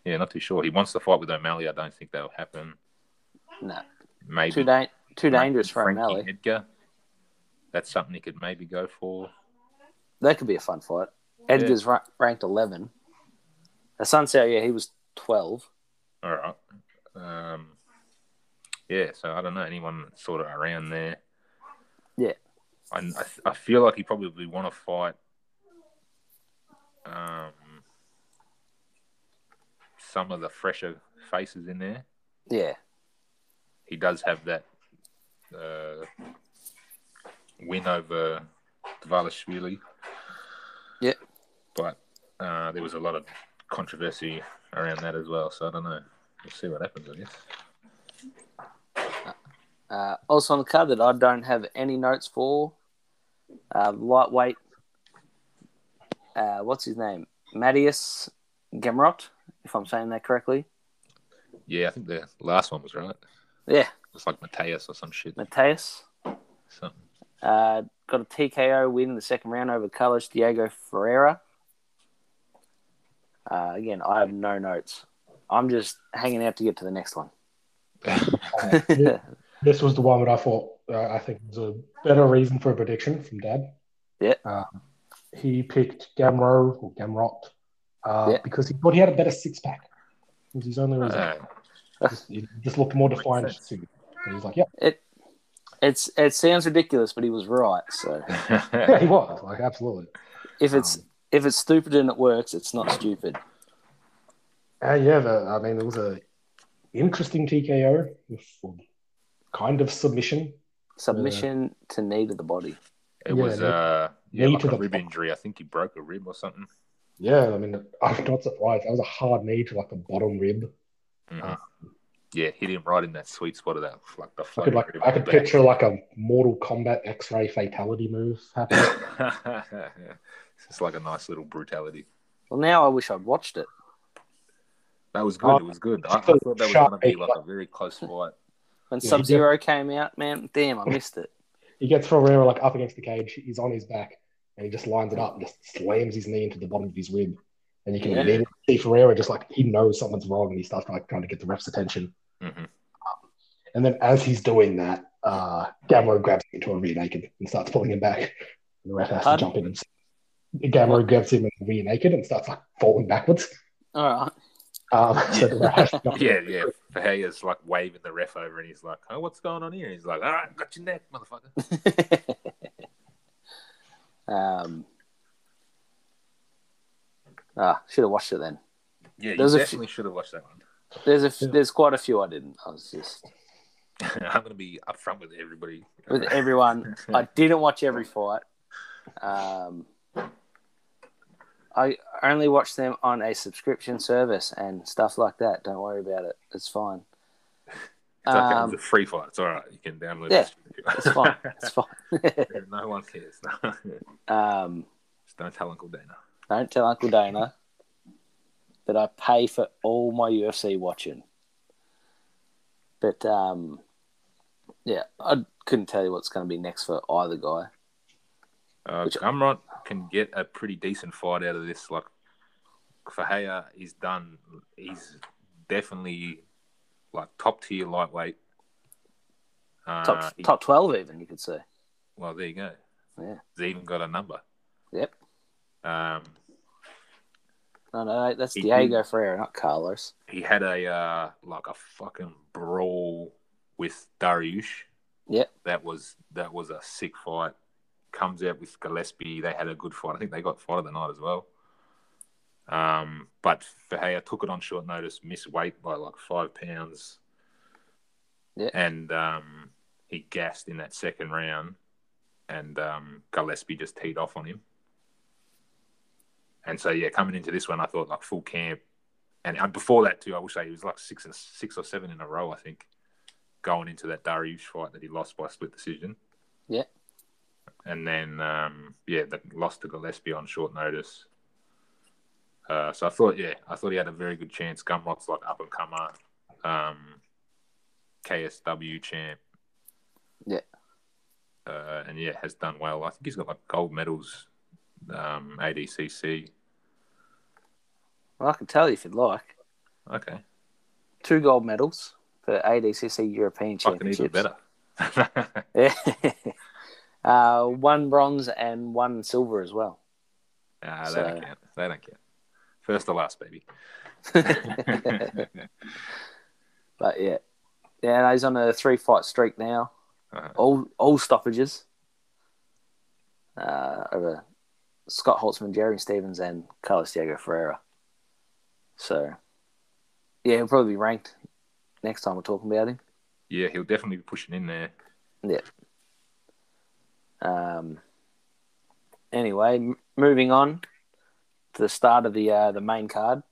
Speaker 2: yeah, not too sure. He wants to fight with O'Malley. I don't think that'll happen.
Speaker 1: no.
Speaker 2: Maybe
Speaker 1: Too, da- too dangerous for
Speaker 2: Frankie
Speaker 1: O'Malley.
Speaker 2: Edgar. That's something he could maybe go for.
Speaker 1: That could be a fun fight. Edgar's ra- ranked 11. Asuncion, yeah, he was 12.
Speaker 2: All right. Um, yeah, so I don't know anyone that's sort of around there.
Speaker 1: Yeah.
Speaker 2: I, I, I feel like he probably want to fight. Um, some of the fresher faces in there.
Speaker 1: Yeah.
Speaker 2: He does have that uh, win over Dvalishvili.
Speaker 1: Yeah.
Speaker 2: But uh, there was a lot of controversy around that as well, so I don't know. We'll see what happens, I guess.
Speaker 1: Uh, also on the card that I don't have any notes for, uh, lightweight. Uh, what's his name? Mattias Gemrot, if I'm saying that correctly.
Speaker 2: Yeah, I think the last one was right.
Speaker 1: Yeah,
Speaker 2: It's like Mateus or some shit.
Speaker 1: Mateus.
Speaker 2: Something.
Speaker 1: Uh, got a TKO win in the second round over Carlos Diego Ferreira. Uh, again, I have no notes. I'm just hanging out to get to the next one.
Speaker 3: Yeah. This was the one that I thought uh, I think was a better reason for a prediction from Dad.
Speaker 1: Yeah.
Speaker 3: Um, he picked Gamro or Gamrot uh,
Speaker 1: Yeah.
Speaker 3: because he thought he had a better six pack. It was his only reason.
Speaker 2: Uh,
Speaker 3: just, he just looked more defined.
Speaker 2: Makes
Speaker 3: too. And he was like, "Yep,
Speaker 1: It it's it sounds ridiculous, but he was right. So
Speaker 2: Uh,
Speaker 3: yeah, he was like absolutely."
Speaker 1: if it's
Speaker 3: Um,
Speaker 1: if it's stupid and it works, it's not stupid.
Speaker 3: Uh, yeah, the, I mean, it was a interesting TKO with kind of submission.
Speaker 1: Submission to knee to the body.
Speaker 2: it
Speaker 3: Yeah,
Speaker 2: was
Speaker 3: they-
Speaker 2: uh, yeah,
Speaker 3: they
Speaker 2: like
Speaker 3: to
Speaker 2: a
Speaker 3: the
Speaker 2: rib
Speaker 3: fuck.
Speaker 2: injury. I think he broke a rib or something.
Speaker 3: Yeah, I mean, I'm not surprised. That was a hard knee to like the bottom rib.
Speaker 2: Mhm.
Speaker 3: Ah.
Speaker 2: Yeah, hit him right in that sweet spot of that, like the
Speaker 3: I could
Speaker 2: floating
Speaker 3: like
Speaker 2: rib
Speaker 3: I
Speaker 2: on
Speaker 3: could
Speaker 2: the
Speaker 3: picture like a Mortal Kombat X-ray fatality move happening.
Speaker 2: back. it's just like a nice little brutality.
Speaker 1: Well, now I wish I'd watched it.
Speaker 2: That was
Speaker 1: Oh,
Speaker 2: good. it was good. I, I
Speaker 3: Just a
Speaker 2: thought that was
Speaker 3: sharp
Speaker 2: going to be
Speaker 3: eight,
Speaker 2: like a very close fight.
Speaker 1: When
Speaker 3: Yeah,
Speaker 1: Sub Zero came out, man, damn, I missed it.
Speaker 3: he gets Ferreira like up against the cage. He's on his back and he just lines it up and just slams his knee into the bottom of his rib. And you can
Speaker 1: Yeah.
Speaker 3: immediately see Ferreira just like he knows something's wrong and he starts like trying to get the ref's attention.
Speaker 2: hmm
Speaker 3: And then as he's doing that, uh, Gamro grabs him into a rear naked and starts pulling him back. And the ref has to
Speaker 1: Pardon?
Speaker 3: jump in. And... Gamro grabs him in a rear naked and starts like falling backwards.
Speaker 1: All right.
Speaker 3: Um, so the ref has to jump in.
Speaker 2: Yeah, yeah. Fahia's like waving the ref over, and he's like, "Oh, what's going on here?" He's like, "All right, got your neck, motherfucker."
Speaker 1: um, ah, should have watched it then.
Speaker 2: Yeah, you
Speaker 1: There's a few-
Speaker 2: definitely should have watched that one.
Speaker 1: There's a f-
Speaker 3: Yeah.
Speaker 1: there's quite a few I didn't. I was just
Speaker 2: I'm going to be upfront with everybody.
Speaker 1: with everyone. I didn't watch every fight. Um, I only watch them on a subscription service and stuff like that. Don't worry about it. It's fine.
Speaker 2: It's okay,
Speaker 1: Um,
Speaker 2: it's a free fight. It's all right. You can download
Speaker 1: Yeah,
Speaker 2: it.
Speaker 1: It's fine. it's fine.
Speaker 2: no one cares.
Speaker 1: um,
Speaker 2: Just don't tell Uncle Dana.
Speaker 1: Don't tell Uncle Dana that I pay for all my UFC watching. But um, yeah, I couldn't tell you what's going to be next for either guy.
Speaker 2: Uh,
Speaker 1: Which-
Speaker 2: Gamrot can get a pretty decent fight out of this. Like Fahea is done. He's definitely like top tier lightweight. Uh,
Speaker 1: Top
Speaker 2: he-
Speaker 1: top twelve, even you could say.
Speaker 2: Well, there you go.
Speaker 1: Yeah.
Speaker 2: He's even got a number.
Speaker 1: Yep.
Speaker 2: Um,
Speaker 1: No, no, that's
Speaker 2: He-
Speaker 1: Diego Ferreira, not Carlos.
Speaker 2: he had a uh, like a fucking brawl with Dariush.
Speaker 1: Yep.
Speaker 2: That was that was a sick fight. Comes out with Gillespie. They had a good fight. I think they got fight of the night as well. Um, but Fahea took it on short notice, missed weight by like five pounds.
Speaker 1: Yeah.
Speaker 2: And um, he gassed in that second round, and um, Gillespie just teed off on him. And so yeah, coming into this one, I thought like full camp, and, and before that too, I wish he was like six and six or seven in a row. I think going into that Dariush fight that he lost by split decision.
Speaker 1: Yeah.
Speaker 2: And then um, yeah, that lost to Gillespie on short notice. Uh, so I thought yeah, I thought he had a very good chance. Gumrock's like up and comer, um, KSW champ.
Speaker 1: Yeah.
Speaker 2: Uh, and yeah, has done well. I think he's got like gold medals, um, ADCC.
Speaker 1: Well, I can tell you if you'd like.
Speaker 2: Okay.
Speaker 1: Two gold medals for ADCC European
Speaker 2: Fucking
Speaker 1: Championships.
Speaker 2: even better.
Speaker 1: Yeah. uh, one bronze and one silver as well.
Speaker 2: Nah,
Speaker 1: So-
Speaker 2: they don't count. They don't count. First to last, baby.
Speaker 1: But yeah, yeah, he's on a three fight streak now.
Speaker 2: Uh,
Speaker 1: All all stoppages. Uh, over Scott Holtzman, Jeremy Stevens, and Carlos Diego Ferreira. So, yeah, he'll probably be ranked next time we're talking about him.
Speaker 2: yeah, he'll definitely be pushing in there.
Speaker 1: Um, anyway, m- moving on to the start of the uh, the main card.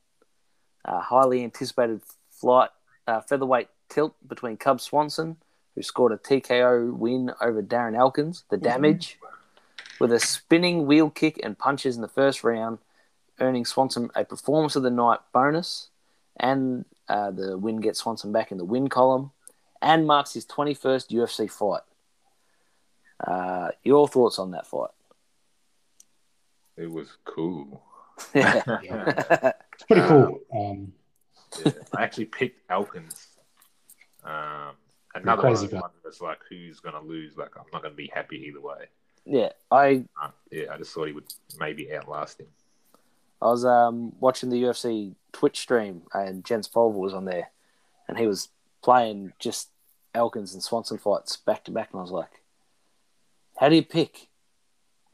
Speaker 1: Uh, highly anticipated flight uh, featherweight tilt between Cub Swanson, who scored a TKO win over Darren Elkins, the damage, with a spinning wheel kick and punches in the first round, earning Swanson a performance of the night bonus, and uh, the win gets Swanson back in the win column, and marks his 21st UFC fight. Uh, your thoughts on that fight?
Speaker 2: It was cool.
Speaker 1: yeah,
Speaker 2: yeah.
Speaker 3: It's pretty cool. Um,
Speaker 2: I actually picked Elkins. Um, another
Speaker 3: crazy
Speaker 2: one
Speaker 3: guy.
Speaker 2: that's like, who's going to lose? Like, I'm not going to be happy either way.
Speaker 1: yeah. I
Speaker 2: Uh, yeah, I just thought he would maybe outlast him.
Speaker 1: I was um, watching the UFC Twitch stream, and Jens Folver was on there, and he was playing just Elkins and Swanson fights back to back, and I was like, "How do you pick?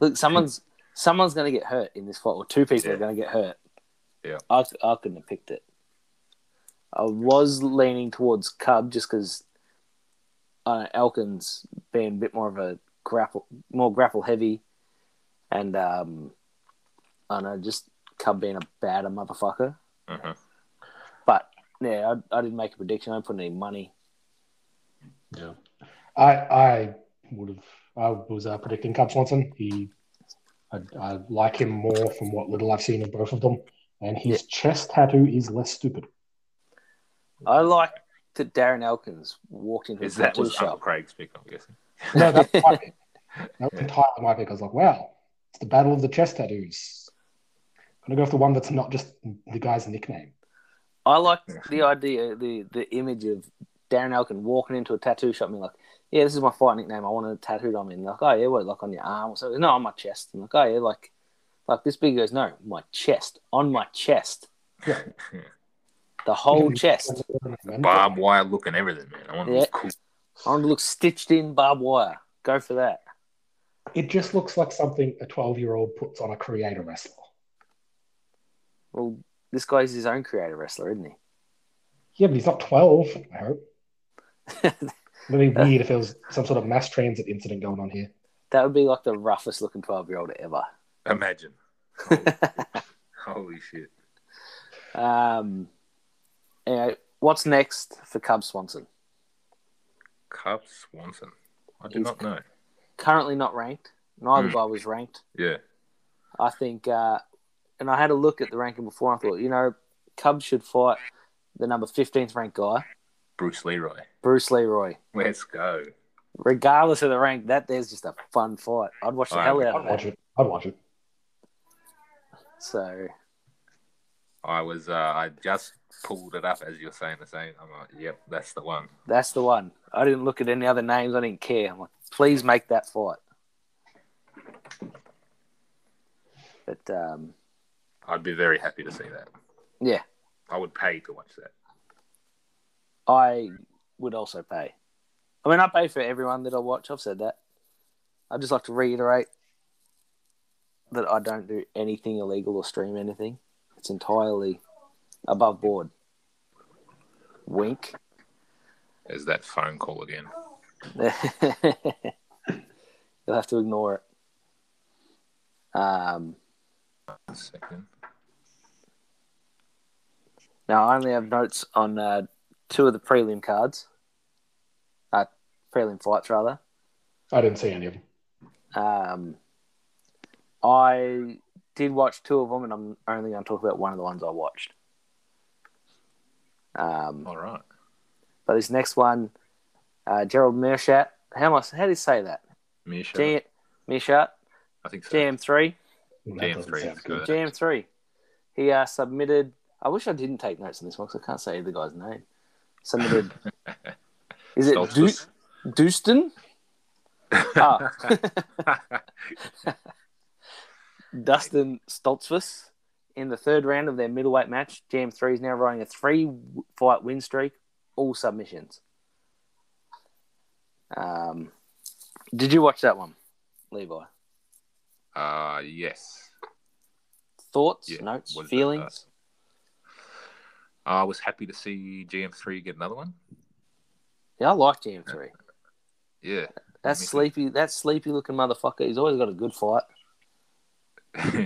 Speaker 1: Look, someone's someone's going to get hurt in this fight, or two people are
Speaker 2: Yeah.
Speaker 1: going to get hurt."
Speaker 2: Yeah.
Speaker 1: I I couldn't have picked it. I was leaning towards Cub just because uh, Elkins being a bit more of a grapple, more grapple heavy, and um, I don't know, just Cub being a badder motherfucker.
Speaker 2: Uh-huh.
Speaker 1: But yeah, I, I didn't make a prediction. I didn't put any money.
Speaker 3: yeah. I I would have. I was uh, predicting Cub Swanson. He, I, I like him more from what little I've seen of both of them, and his chest tattoo is less stupid.
Speaker 1: I like that Darren Elkins walked into
Speaker 2: Is
Speaker 1: his
Speaker 2: that
Speaker 1: tattoo
Speaker 2: was Uncle
Speaker 1: shop.
Speaker 2: Craig's pick, I'm guessing.
Speaker 3: No, that's my pick. That was entirely my pick. I was like, wow, it's the battle of the chest tattoos. I'm gonna go for the one that's not just the guy's nickname.
Speaker 1: I like the idea, the the image of Darren Elkins walking into a tattoo shop and being like, "Yeah, this is my fight nickname. I want it tattooed on me." And like, "Oh yeah, what? Like on your arm or something?" No, on my chest. And like, "Oh yeah, like." Like this big goes, no, my chest, on my chest, the whole chest.
Speaker 2: Barbed wire look and everything, man. I want to
Speaker 1: Yeah.
Speaker 2: look cool.
Speaker 1: I want to look stitched in barbed wire. Go for that.
Speaker 3: It just looks like something a 12 year old puts on a creator wrestler.
Speaker 1: Well, this guy's his own creator wrestler, isn't he?
Speaker 3: Yeah, but he's not 12, I hope. It'd be weird if there was some sort of mass transit incident going on here.
Speaker 1: that would be like the roughest looking 12 year old ever.
Speaker 2: Imagine. Holy, holy shit.
Speaker 1: Um, anyway, what's next for Cub Swanson?
Speaker 2: Cub Swanson. I do
Speaker 1: He's-
Speaker 2: not know.
Speaker 1: Currently not ranked. Neither
Speaker 2: Hmm.
Speaker 1: guy was ranked.
Speaker 2: Yeah.
Speaker 1: I think, uh, and I had a look at the ranking before. and I thought, you know, Cub should fight the number 15th ranked guy,
Speaker 2: Bruce Leroy.
Speaker 1: Bruce Leroy.
Speaker 2: Let's go.
Speaker 1: Regardless of the rank, that there's just a fun fight. I'd watch the
Speaker 2: I
Speaker 1: hell
Speaker 2: agree.
Speaker 1: out
Speaker 3: I'd
Speaker 1: of that.
Speaker 3: watch it. I'd watch it.
Speaker 1: So,
Speaker 2: I was uh, I just pulled it up as you're saying the same. I'm like, yep, that's the one.
Speaker 1: That's the one. I didn't look at any other names. I didn't care. I'm like, please make that fight. But um,
Speaker 2: I'd be very happy to see that.
Speaker 1: yeah,
Speaker 2: I would pay to watch that.
Speaker 1: I would also pay. I mean, I pay for everyone that I watch. I've said that. I'd just like to reiterate that I don't do anything illegal or stream anything. It's entirely above board. Wink.
Speaker 2: There's that phone call again.
Speaker 1: You'll have to ignore it. Um,
Speaker 2: A second.
Speaker 1: Now I only have notes on uh, two of the prelim cards, uh, prelim fights rather.
Speaker 3: I didn't see any of them.
Speaker 1: Um, I did watch two of them, and I'm only going to talk about one of the ones I watched. Um,
Speaker 2: All right.
Speaker 1: but this next one, uh, Gerald Meerschaert. How am I, How do you say that?
Speaker 2: Misha.
Speaker 1: G- Meerschaert,
Speaker 2: I think so.
Speaker 1: GM three,
Speaker 3: Well,
Speaker 2: Damn
Speaker 3: that doesn't
Speaker 2: straight,
Speaker 3: sound
Speaker 2: it's
Speaker 3: good.
Speaker 2: good.
Speaker 1: GM three. He uh, submitted. I wish I didn't take notes on this one because I can't say the guy's name. Submitted. is it Du-
Speaker 2: Solstice.
Speaker 1: Ah. Douston? Ah. Dustin Stoltzfus in the third round of their middleweight match. Jam 3 is now running a three fight win streak, all submissions. Um, did you watch that one, Levi?
Speaker 2: Uh, yes.
Speaker 1: Thoughts,
Speaker 2: Yeah,
Speaker 1: notes,
Speaker 2: was that, uh,
Speaker 1: feelings?
Speaker 2: I was happy to see GM3 get another one.
Speaker 1: yeah, I like Jam
Speaker 2: uh,
Speaker 1: 3.
Speaker 2: Yeah.
Speaker 1: That
Speaker 2: me too.
Speaker 1: sleepy, that sleepy looking motherfucker. He's always got a good fight.
Speaker 2: um,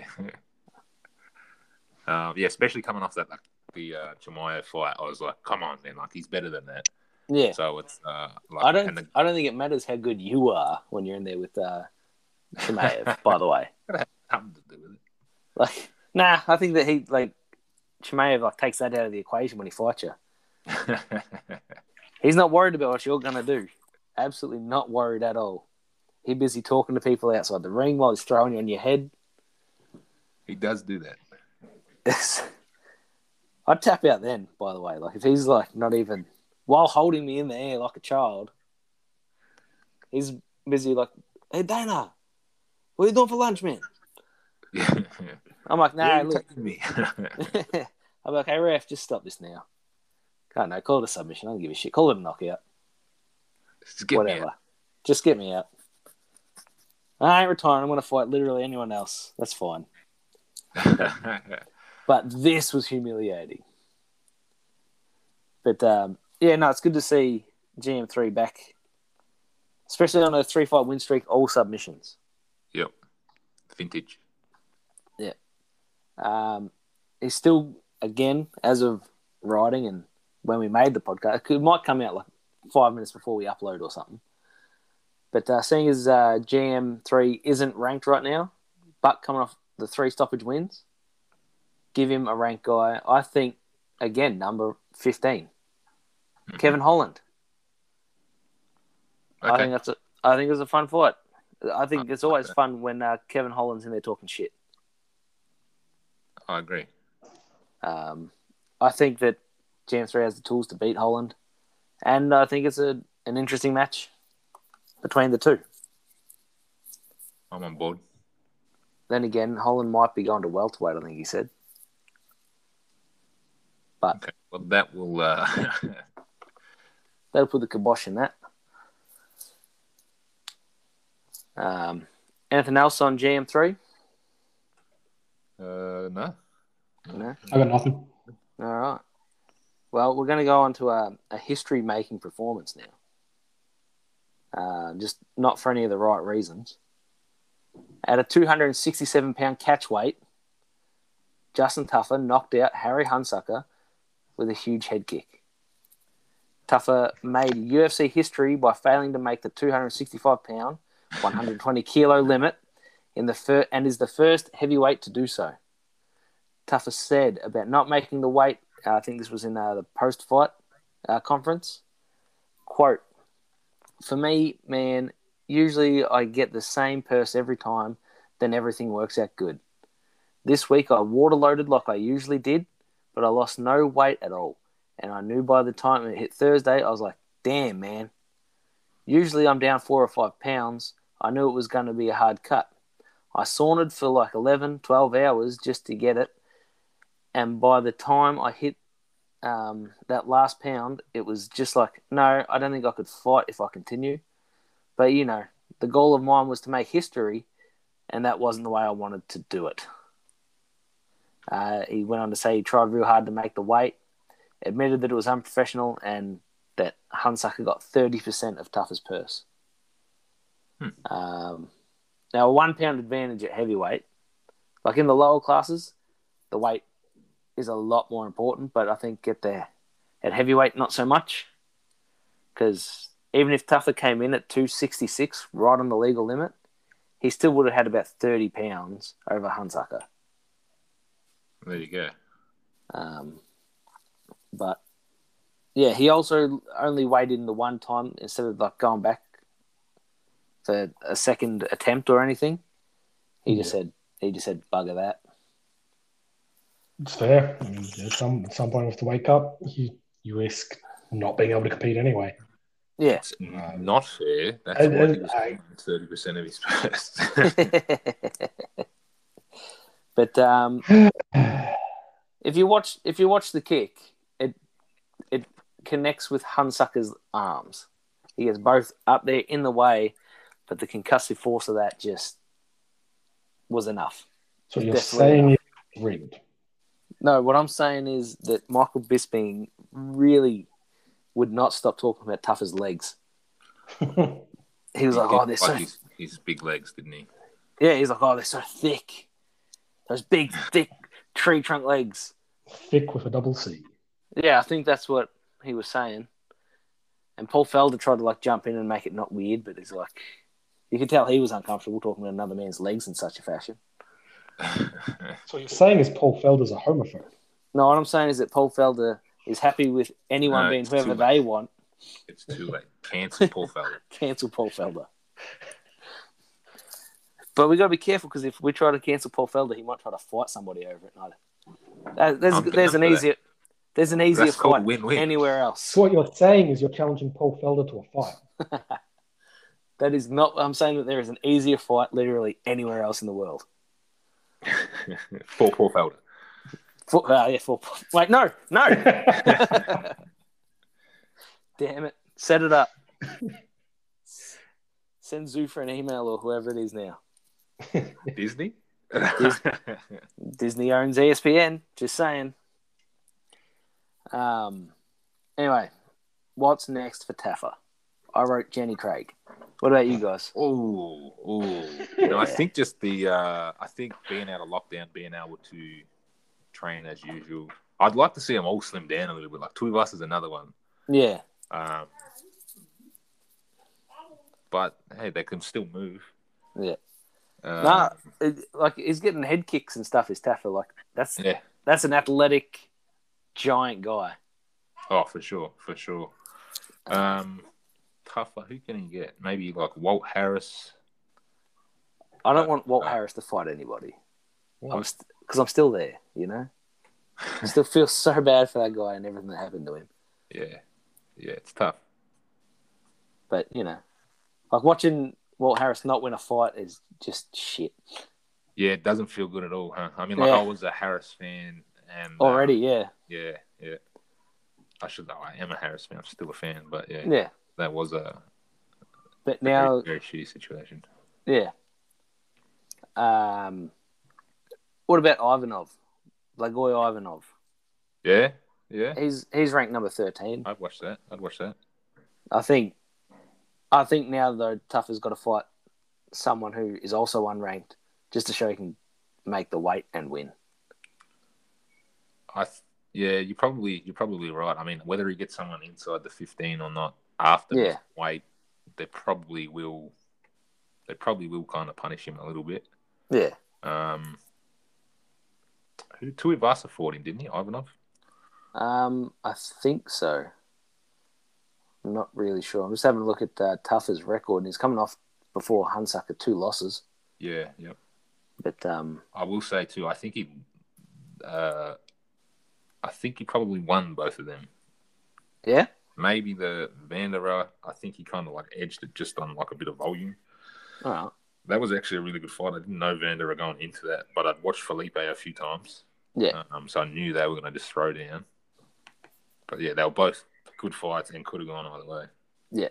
Speaker 2: Uh, yeah, especially coming off that like the uh, Chamayo fight, I was like, come on, man, like he's better than that.
Speaker 1: Yeah,
Speaker 2: So it's uh, like
Speaker 1: I don't,
Speaker 2: and the-
Speaker 1: I don't think it matters how good you are when you're in there with uh, Chimaev. by the way,
Speaker 2: something to do with it.
Speaker 1: like, nah, I think that he like Chimaev like takes that out of the equation when he fights you. He's not worried about what you're gonna do. Absolutely not worried at all. He's busy talking to people outside the ring while he's throwing you on your head.
Speaker 2: he does do that.
Speaker 1: I'd tap out then. By the way, like if he's like not even while holding me in the air like a child, he's busy like, "Hey Dana, what are you doing for lunch, man?"
Speaker 2: Yeah.
Speaker 1: I'm like, "Nah,
Speaker 2: Where you
Speaker 1: look."
Speaker 2: taking me.
Speaker 1: I'm like, "Hey ref, just stop this now." God no, call it a submission. I don't give a shit. Call it a knockout.
Speaker 2: Just get me
Speaker 1: Whatever. Just get me out. I ain't retiring. I'm gonna fight literally anyone else. That's fine.
Speaker 2: out.
Speaker 1: But this was humiliating. But um, yeah, no, it's good to see GM3 back, especially on a three fight win streak, all submissions.
Speaker 2: yep. Vintage.
Speaker 1: Um, he's still, again, as of writing and when we made the podcast, it might come out like five minutes before we upload or something. But uh, seeing as uh, GM3 isn't ranked right now, but coming off the three stoppage wins, give him a rank guy, I think, again, number 15. Kevin Holland. I think
Speaker 2: Mm-hmm. Okay.
Speaker 1: that's a, I think it was a fun fight. I think it's always
Speaker 2: Okay.
Speaker 1: fun when uh, Kevin Holland's in there talking shit.
Speaker 2: I agree.
Speaker 1: Um, I think that James Three has the tools to beat Holland, and I think it's a an interesting match between the two.
Speaker 2: I'm on board.
Speaker 1: Then again, Holland might be going to welterweight. I think he said. But
Speaker 2: Okay. Well, that will. Uh,
Speaker 1: they'll put the kibosh in that. Um, anything else on GM3?
Speaker 2: uh, no.
Speaker 1: No.
Speaker 3: I got nothing.
Speaker 1: All right. Well, we're going to go on to a, a history making performance now. Uh, just not for any of the right reasons. At a 267 pound catch weight, Justin Tuffer knocked out Harry Hunsucker with a huge head kick. Tuffer made UFC history by failing to make the 265 pound, 120 kilo limit in the fir- and is the first heavyweight to do so. Tuffer said about not making the weight. I think this was in uh, the post fight uh, conference. Quote For me, man, usually I get the same purse every time, then everything works out good. This week I water loaded like I usually did, but I lost no weight at all. And I knew by the time it hit Thursday, I was like, damn, man. Usually I'm down four or five pounds. I knew it was going to be a hard cut. I sauntered for like 11, 12 hours just to get it and by the time I hit um, that last pound, it was just like, no, I don't think I could fight if I continue. But you know, the goal of mine was to make history, and that wasn't the way I wanted to do it. Uh, he went on to say he tried real hard to make the weight, admitted that it was unprofessional, and that Hunsucker got 30% of Tuffer's purse.
Speaker 2: Hmm.
Speaker 1: Um, now, a one pound advantage at heavyweight, like in the lower classes, the weight is a lot more important, but I think at the at heavyweight not so much because even if Tuffer came in at 266, right on the legal limit, he still would have had about 30 pounds over Hunsucker.
Speaker 2: There you go.
Speaker 1: Um, but yeah, he also only weighed in the one time instead of like going back for a second attempt or anything. He just said he just said bugger that.
Speaker 3: It's fair. I mean, at some at some point with the wake up, you you risk not being able to compete anyway.
Speaker 1: Yeah.
Speaker 2: It's
Speaker 3: No.
Speaker 2: not fair. That's
Speaker 3: I-
Speaker 2: why
Speaker 3: I-
Speaker 2: he was
Speaker 3: I-
Speaker 2: thirty percent of his purse.
Speaker 1: yeah, But um, if you watch if you watch the kick, it it connects with Hunsucker's arms. He gets both up there in the way, but the concussive force of that just was enough.
Speaker 3: So you're
Speaker 1: Definitely
Speaker 3: saying it's rigged.
Speaker 1: No, what I'm saying is that Michael Bisping really would not stop talking about Tuffer's legs. He was like, "Oh, they're so
Speaker 2: his, his big legs, didn't he?
Speaker 1: yeah." He's like, "Oh, they're so thick. Those big, thick tree trunk legs."
Speaker 3: Thick with a double C.
Speaker 1: Yeah, I think that's what he was saying. And Paul Felder tried to like jump in and make it not weird, but he's like, you could tell he was uncomfortable talking about another man's legs in such a fashion.
Speaker 3: So you're saying is Paul Felder's a homophobe?
Speaker 1: No, what I'm saying is that Paul Felder is happy with anyone
Speaker 2: No,
Speaker 1: being
Speaker 2: it's
Speaker 1: whoever
Speaker 2: too late.
Speaker 1: they want.
Speaker 2: it's too late. Cancel Paul Felder.
Speaker 1: Cancel Paul Felder. But we got to be careful because if we try to cancel Paul Felder, he might try to fight somebody over it. No, That- there's
Speaker 2: I'm
Speaker 1: there's an
Speaker 2: down for that.
Speaker 1: easier there's an easier
Speaker 2: That's called
Speaker 1: fight
Speaker 2: win-win.
Speaker 1: anywhere else.
Speaker 3: So what you're saying is you're challenging Paul Felder to a fight.
Speaker 1: That is not. I'm saying that there is an easier fight literally anywhere else in the world.
Speaker 2: For Paul Felder.
Speaker 1: Four, uh, yeah, four. po- Wait, no, no. Damn it. Set it up. Send Zoo for an email or whoever it is now.
Speaker 2: Disney?
Speaker 1: Disney owns E ESPN. Just saying. Um. Anyway, what's next for Taffer? I wrote Jenny Craig. What about you guys?
Speaker 2: Oh, oh. No, I think just the uh, I think being out of lockdown, being able to train as usual. I'd like to see them all slim down a little bit. Like two of us is another one.
Speaker 1: Yeah,
Speaker 2: Um, but hey, they can still move.
Speaker 1: Yeah.
Speaker 2: Um,
Speaker 1: Nah. It- like he's getting head kicks and stuff. Is Taffer like that's
Speaker 2: Yeah.
Speaker 1: that's an athletic giant guy.
Speaker 2: Oh, for sure, for sure. Um, tougher. Who can he get? Maybe like Walt Harris.
Speaker 1: I don't want Walt
Speaker 2: Uh,
Speaker 1: Harris to fight anybody.
Speaker 2: Why?
Speaker 1: I'm because I'm still there, you know. I still feel so bad for that guy and everything that happened to him.
Speaker 2: Yeah, yeah, it's tough.
Speaker 1: But you know, like watching Walt Harris not win a fight is just shit
Speaker 2: Yeah, it doesn't feel good at all, huh? I mean, like
Speaker 1: Yeah.
Speaker 2: I was a Harris fan, and um,
Speaker 1: already. Yeah,
Speaker 2: yeah, yeah. I should. Oh, I am a Harris fan. I'm still a fan, but yeah,
Speaker 1: yeah.
Speaker 2: that was a
Speaker 1: But
Speaker 2: very,
Speaker 1: now,
Speaker 2: very shitty situation.
Speaker 1: yeah. Um, what about Ivanov, Blagoy Ivanov?
Speaker 2: Yeah, yeah.
Speaker 1: He's he's ranked number thirteen.
Speaker 2: I'd watch that. I'd watch that.
Speaker 1: I think. I think now though, Tuffer's got to fight someone who is also unranked, just to show he can make the weight and win.
Speaker 2: I th- yeah, you probably you're probably right. I mean, whether he gets someone inside the 15 or not after
Speaker 1: Yeah.
Speaker 2: wait, they probably will. They probably will kind of punish him a little bit.
Speaker 1: Yeah.
Speaker 2: Um, who Tuivasa fought him, didn't he? Ivanov.
Speaker 1: Um, I think so. I'm not really sure. I'm just having a look at uh, Tuffer's record, and he's coming off before Hunsucker two losses.
Speaker 2: Yeah, yep.
Speaker 1: But um,
Speaker 2: I will say too. I think he, uh, I think he probably won both of them.
Speaker 1: yeah,
Speaker 2: Maybe the Vanderer. I think he kind of like edged it just on like a bit of volume.
Speaker 1: all right,
Speaker 2: That was actually a really good fight. I didn't know Vanderer going into that, but I'd watched Felipe a few times.
Speaker 1: Yeah.
Speaker 2: Um, so I knew they were going to just throw down. But yeah, they were both good fights and could have gone either way.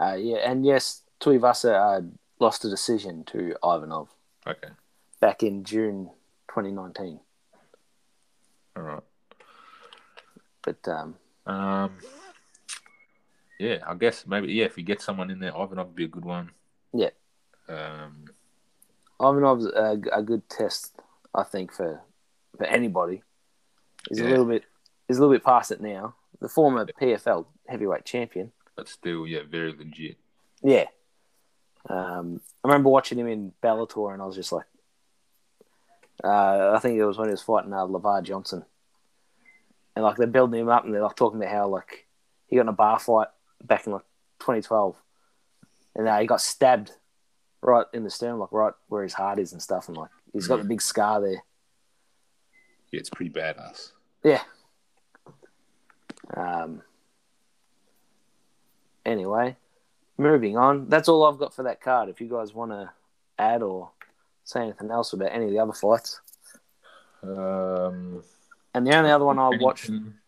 Speaker 1: uh, yeah, and yes, Tuivasa uh, lost a decision to Ivanov
Speaker 2: Okay.
Speaker 1: back in June 2019.
Speaker 2: All right.
Speaker 1: But um,
Speaker 2: Um, yeah, I guess maybe, yeah, if you get someone in there, Ivanov would be a good one.
Speaker 1: Yeah.
Speaker 2: Um,
Speaker 1: Ivanov's a, a good test, I think, for for anybody. He's a
Speaker 2: Yeah.
Speaker 1: little bit he's a little bit past it now. The former PFL heavyweight champion.
Speaker 2: but still, yeah, very legit.
Speaker 1: Yeah. Um, I remember watching him in Bellator, and I was just like, uh, I think it was when he was fighting uh, LeVar Johnson. And like they're building him up, and they're like talking about how like he got in a bar fight back in like 2012, and uh, he got stabbed right in the stern, like right where his heart is and stuff, and like he's got the big scar there.
Speaker 2: Yeah, it's pretty badass.
Speaker 1: Yeah. Um. Anyway, moving on. That's all I've got for that card. If you guys want to add or say anything else about any of the other fights,
Speaker 2: Um,
Speaker 1: And the only other one I watched,
Speaker 2: Pennington.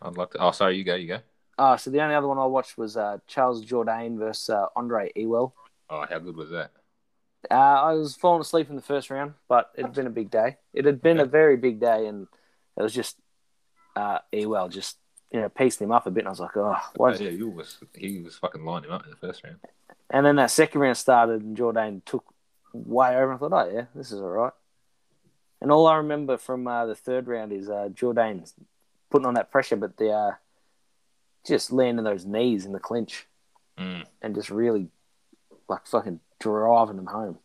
Speaker 2: I'd like to. Oh, sorry, you go, you go.
Speaker 1: uh, so the only other one I watched was uh, Charles Jourdain versus uh, Andre Ewell.
Speaker 2: Oh, how good was that?
Speaker 1: Uh, I was falling asleep in the first round, but it had been a big day. It had been a very big day, and it was just uh, Ewell just you know pieced him up a bit, and I was like, oh,
Speaker 2: Oh,
Speaker 1: what?
Speaker 2: yeah, he was he was fucking lining him up in the first round.
Speaker 1: And then that second round started, and Jourdain took way over. I thought, oh yeah, this is all right. And all I remember from uh, the third round is uh, Jourdain putting on that pressure, but they uh, just landing those knees in the clinch
Speaker 2: Mm.
Speaker 1: and just really like fucking driving them home.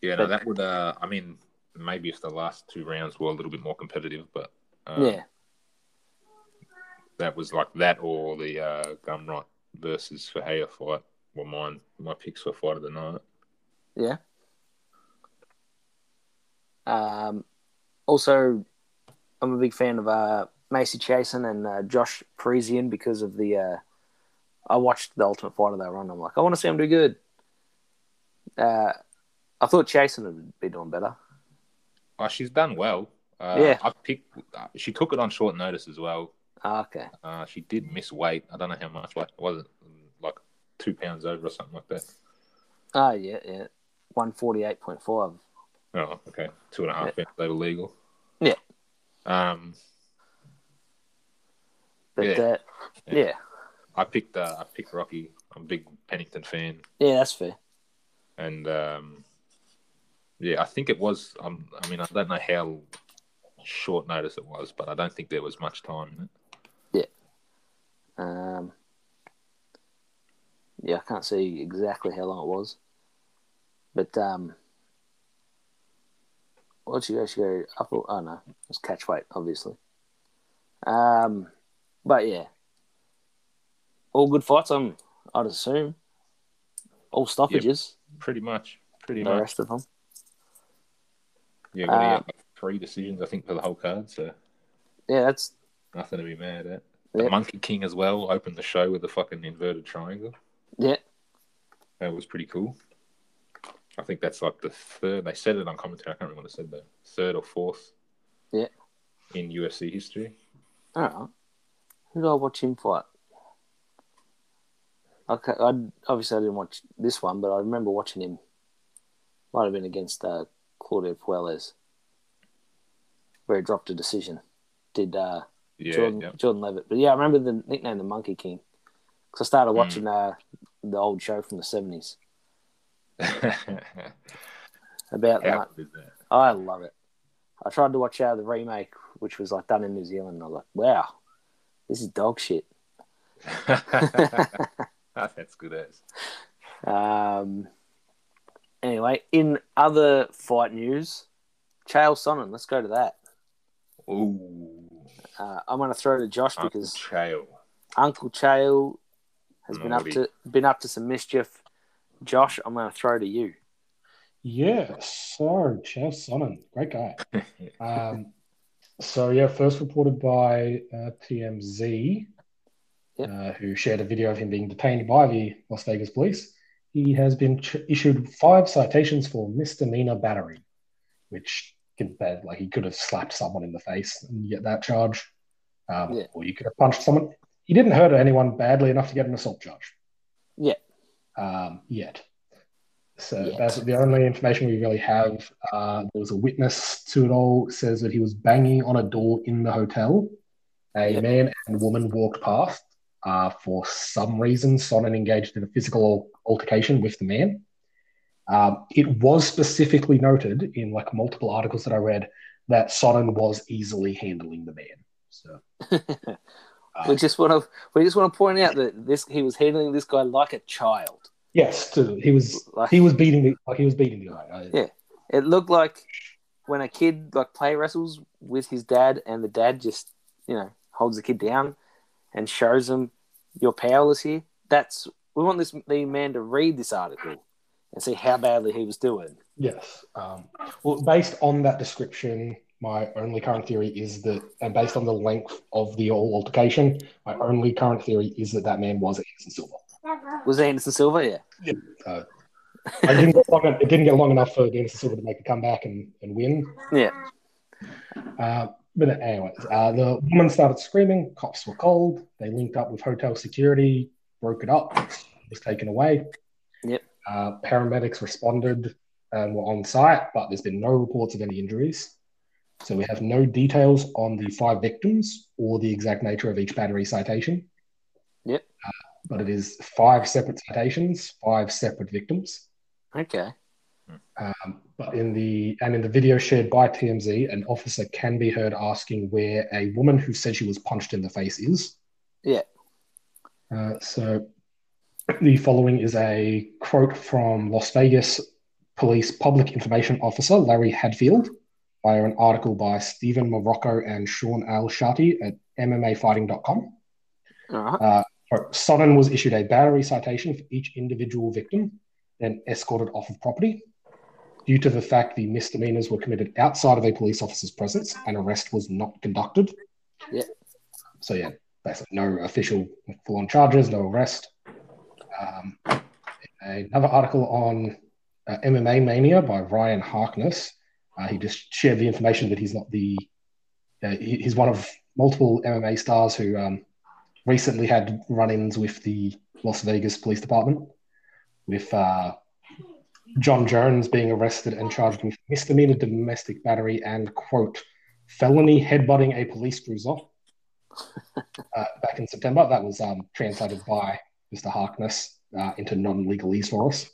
Speaker 2: Yeah, no,
Speaker 1: But-
Speaker 2: that would. Uh, I mean, maybe if the last two rounds were a little bit more competitive, but uh,
Speaker 1: yeah,
Speaker 2: that was like that or the uh, Gumrot versus Fahea fight were mine. My picks for fight of the night.
Speaker 1: yeah. Um, also, I'm a big fan of uh, Macy Chasen and uh, Josh Parisian because of the. Uh, I watched the Ultimate Fighter they were on. I'm like, I want to see him do good. Uh, I thought Chasen would be doing better.
Speaker 2: Oh, she's done well. Uh,
Speaker 1: Yeah.
Speaker 2: I picked. Uh, she took it on short notice as well.
Speaker 1: Ah, okay,
Speaker 2: Uh, she did miss weight. I don't know how much. Like, was it like two pounds over or something like that?
Speaker 1: ah, yeah, yeah, one forty eight point five.
Speaker 2: Oh, okay. Two and a half pounds. They were legal.
Speaker 1: Yeah.
Speaker 2: Um,
Speaker 1: But
Speaker 2: Yeah.
Speaker 1: Uh,
Speaker 2: Yeah.
Speaker 1: yeah,
Speaker 2: I picked. Uh, I picked Rocky. I'm a big Pennington fan,
Speaker 1: yeah, that's fair.
Speaker 2: and um, yeah, I think it was. Um, I mean, I don't know how short notice it was, but I don't think there was much time in it.
Speaker 1: Um, yeah, I can't see exactly how long it was, but um, what she go? She go up? Or, oh no, it's catch weight, obviously. Um, but yeah, all good fights. Um, I'd assume all stoppages.
Speaker 2: Pretty much. Pretty
Speaker 1: The
Speaker 2: much.
Speaker 1: rest of them.
Speaker 2: Yeah. What do you
Speaker 1: Uh,
Speaker 2: have? Like, three decisions, I think, for the whole card. So.
Speaker 1: Yeah, that's
Speaker 2: Nothing to be mad at.
Speaker 1: Yeah.
Speaker 2: The Monkey King as well opened the show with a fucking inverted triangle.
Speaker 1: yeah,
Speaker 2: That was pretty cool. I think that's like the third. They said it on commentary. I can't remember what it said though. Third or fourth.
Speaker 1: Yeah.
Speaker 2: In UFC history.
Speaker 1: All right. Who did I watch him fight? Okay, I obviously I didn't watch this one, but I remember watching him. Might have been against uh, Claudio Puelles, where he dropped a decision. Did uh,
Speaker 2: Yeah.
Speaker 1: Jordan,
Speaker 2: yeah.
Speaker 1: Jordan Levitt? But yeah, I remember the nickname the Monkey King because I
Speaker 2: Mm.
Speaker 1: started watching uh, the old show from the seventies about
Speaker 2: How
Speaker 1: that.
Speaker 2: good is that?
Speaker 1: I love it. I tried to watch uh, the remake, which was like done in New Zealand. And I was like, wow, this is dog shit.
Speaker 2: that's good as.
Speaker 1: Um, anyway, in other fight news, Chael Sonnen. Let's go to that.
Speaker 2: Ooh.
Speaker 1: Uh, I'm going to throw to Josh because
Speaker 2: Trail.
Speaker 1: Uncle Chael has been up
Speaker 2: Naughty.
Speaker 1: to been up to some mischief. Josh, I'm going to throw to you.
Speaker 3: Yeah, so Chael Sonnen, great guy. Um, so yeah, first reported by uh, TMZ,
Speaker 1: Yep.
Speaker 3: uh, who shared a video of him being detained by the Las Vegas police. He has been ch- issued five citations for misdemeanor battery, which can bad, like he could have slapped someone in the face and get that charge, um,
Speaker 1: Yeah.
Speaker 3: or you could have punched someone. He didn't hurt anyone badly enough to get an assault charge.
Speaker 1: Yeah.
Speaker 3: Um, yet. So
Speaker 1: Yet.
Speaker 3: that's the only information we really have. Uh, there was a witness to it all says that he was banging on a door in the hotel. A
Speaker 1: Yep.
Speaker 3: man and woman walked past. Uh, for some reason, Sonnen engaged in a physical altercation with the man. Um, it was specifically noted in like multiple articles that I read that Sonnen was easily handling the man. So, uh,
Speaker 1: We just want to we just want to point out that this he was handling this guy like a child.
Speaker 3: yes, too, he was
Speaker 1: Like
Speaker 3: he was beating the like he was beating the guy. I-
Speaker 1: Yeah. it looked like when a kid like play wrestles with his dad and the dad just you know holds the kid down and shows him you're powerless here that's we want this the man to read this article and see how badly he was doing
Speaker 3: Yes. Um, well, based on that description, my only current theory is that, and based on the length of the all altercation, my only current theory is that that man was Anderson Silva.
Speaker 1: was it anderson silva yeah
Speaker 3: Uh, It didn't get long, it didn't get long enough for Anderson Silva to make a comeback and, and win.
Speaker 1: Yeah.
Speaker 3: Uh, but anyways, uh, the woman started screaming. Cops were called. They linked up with hotel security, broke it up, it was taken away.
Speaker 1: Yep.
Speaker 3: Uh, paramedics responded and were on site, but there's been no reports of any injuries. So we have no details on the five victims or the exact nature of each battery citation.
Speaker 1: Yep.
Speaker 3: Uh, but it is five separate citations, five separate victims.
Speaker 1: Okay.
Speaker 3: Um, but in the and in the video shared by TMZ, an officer can be heard asking where a woman who said she was punched in the face is.
Speaker 1: Yeah.
Speaker 3: Uh, so the following is a quote from Las Vegas Police Public Information Officer Larry Hadfield via an article by Stephen Morocco and Sean Al Shati at MMAfighting.com.
Speaker 1: All right.
Speaker 3: Sonnen was issued a battery citation for each individual victim, then escorted off of property. Due to the fact the misdemeanors were committed outside of a police officer's presence, an arrest was not conducted.
Speaker 1: Yeah.
Speaker 3: So, yeah, basically no official full on charges, no arrest. Um, another article on uh, MMA Mania by Ryan Harkness. Uh, he just shared the information that he's not the, uh, he, he's one of multiple MMA stars who um, recently had run-ins with the Las Vegas Police Department, with uh, John Jones being arrested and charged with misdemeanor domestic battery and quote felony headbutting a police cruiser uh, back in September. That was um, translated by Mr. Harkness uh, into non-legalese for us.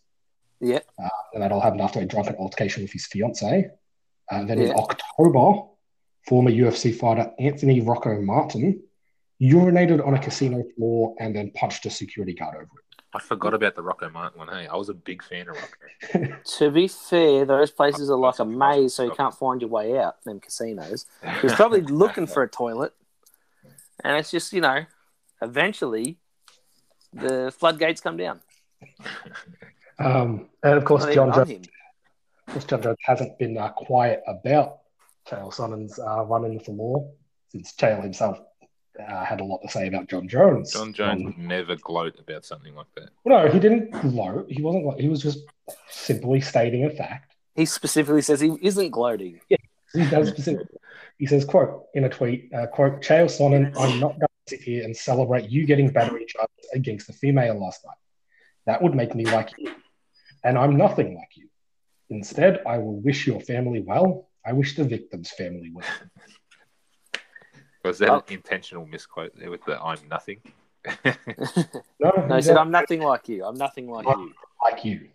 Speaker 1: Yep.
Speaker 3: Uh, and that all happened after a drunken altercation with his fiancee. Uh, then in
Speaker 1: Yeah.
Speaker 3: October, former UFC fighter Anthony Rocco Martin urinated on a casino floor and then punched a security guard over it.
Speaker 2: I forgot about the Rocco Martin one. Hey, I was a big fan of Rocco.
Speaker 1: To be fair, those places are like a maze, so you can't find your way out. Them casinos. He was probably looking for a toilet, and it's just you know, eventually, the floodgates come down.
Speaker 3: Um, and of course,
Speaker 1: Not even
Speaker 3: John
Speaker 1: on
Speaker 3: Jones,
Speaker 1: him.
Speaker 3: of course, John Jones hasn't been uh, quiet about Chael Sonnen's uh, run-in for law since Chael himself uh, had a lot to say about John Jones.
Speaker 2: John Jones
Speaker 3: Um,
Speaker 2: would never gloat about something like that.
Speaker 3: no, he didn't gloat. He wasn't. glo- He was just simply stating a fact.
Speaker 1: He specifically says he isn't gloating.
Speaker 3: He does specifically. He says, "quote in a tweet, uh, quote, Chael Sonnen, I'm not going to sit here and celebrate you getting battery charges against a female last night. That would make me like you, and I'm nothing like you. Instead, I will wish your family well. I wish the victim's family well.
Speaker 2: Was that
Speaker 1: Oh.
Speaker 2: an intentional misquote there with the "I'm nothing"?
Speaker 3: No,
Speaker 1: No, he
Speaker 3: he's
Speaker 1: said,
Speaker 3: not
Speaker 1: "I'm nothing like you. I'm nothing like you."
Speaker 3: like you."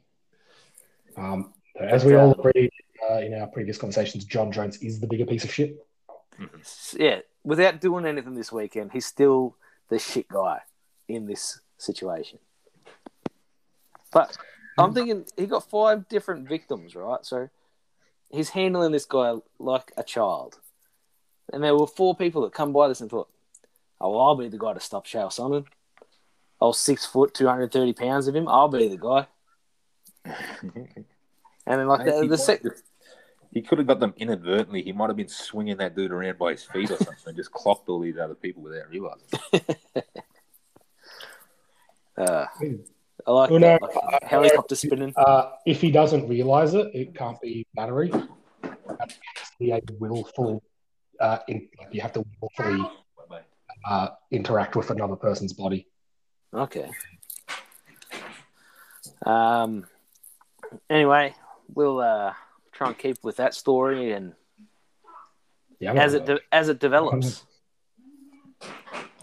Speaker 3: Um, as we all agreed uh, in our previous conversations, John Jones is the bigger piece of shit.
Speaker 1: S- Yeah, without doing anything this weekend, he's still the shit guy in this situation. But I'm thinking he got five different victims, right? So he's handling this guy like a child. And there were four people that come by this and thought, "Oh, well, I'll be the guy to stop Shao Sonnen." I was six foot, two hundred thirty pounds of him. I'll be the guy. And then like
Speaker 2: Hey,
Speaker 1: the,
Speaker 2: he
Speaker 1: the
Speaker 2: might
Speaker 1: sec-
Speaker 2: have just- he could have got them inadvertently. He might have been swinging that dude around by his feet or something, and just clocked all these other people without realizing.
Speaker 1: uh,
Speaker 3: Hmm.
Speaker 1: I like,
Speaker 3: Oh,
Speaker 1: that,
Speaker 3: no.
Speaker 1: like helicopter spinning.
Speaker 3: Uh, if he doesn't realize it, it can't be battery. That's actually a willful. Uh, in, like you have to willfully uh, interact with another person's body.
Speaker 1: Okay. Um. Anyway, we'll uh, try and keep with that story and
Speaker 3: Yeah, I'm
Speaker 1: as
Speaker 3: not
Speaker 1: it
Speaker 3: gonna-
Speaker 1: de- as it develops.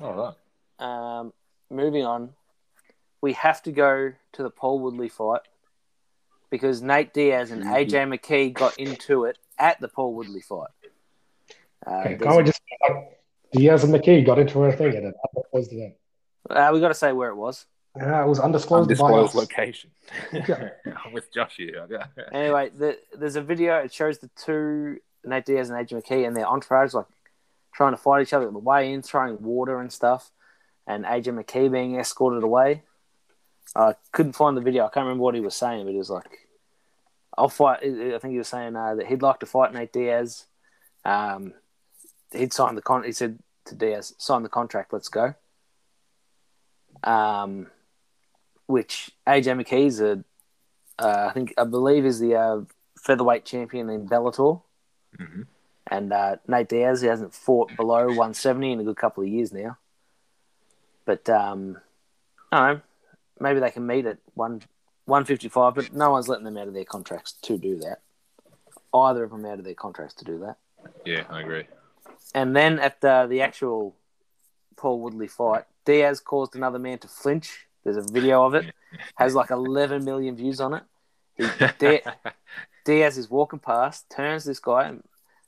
Speaker 2: All right.
Speaker 1: Um, moving on, we have to go to the Paul Woodley fight because Nate Diaz and AJ McKee got into it at the Paul Woodley fight. Uh,
Speaker 3: okay,
Speaker 1: there's-
Speaker 3: can't we just like, Diaz and McKee got into a thing and it undisclosed event.
Speaker 1: uh, we got to say where it was.
Speaker 3: Yeah, it was undisclosed. by
Speaker 2: Undisclosed
Speaker 3: us.
Speaker 2: location.
Speaker 3: Yeah.
Speaker 2: I'm with Josh here.
Speaker 1: Anyway, the, there's a video. It shows the two Nate Diaz and AJ McKee and their entourage like trying to fight each other on the way in, throwing water and stuff, and AJ McKee being escorted away. I couldn't find the video. I can't remember what he was saying, but he was like, "I'll fight." I think he was saying uh, that he'd like to fight Nate Diaz. Um, he'd signed the con. He said to Diaz, "Sign the contract. Let's go." Um, which AJ McKee's a uh, I think I believe is the uh, featherweight champion in Bellator,
Speaker 2: hmm
Speaker 1: and uh, Nate Diaz he hasn't fought below 170 in a good couple of years now. But um, I don't know, maybe they can meet at one 155, but no one's letting them out of their contracts to do that. Either of them out of their contracts to do that.
Speaker 2: Yeah, I agree.
Speaker 1: And then at the, the actual Paul Woodley fight, Diaz caused another man to flinch. There's a video of it. Has like 11 million views on it. Di- Diaz is walking past, turns this guy and,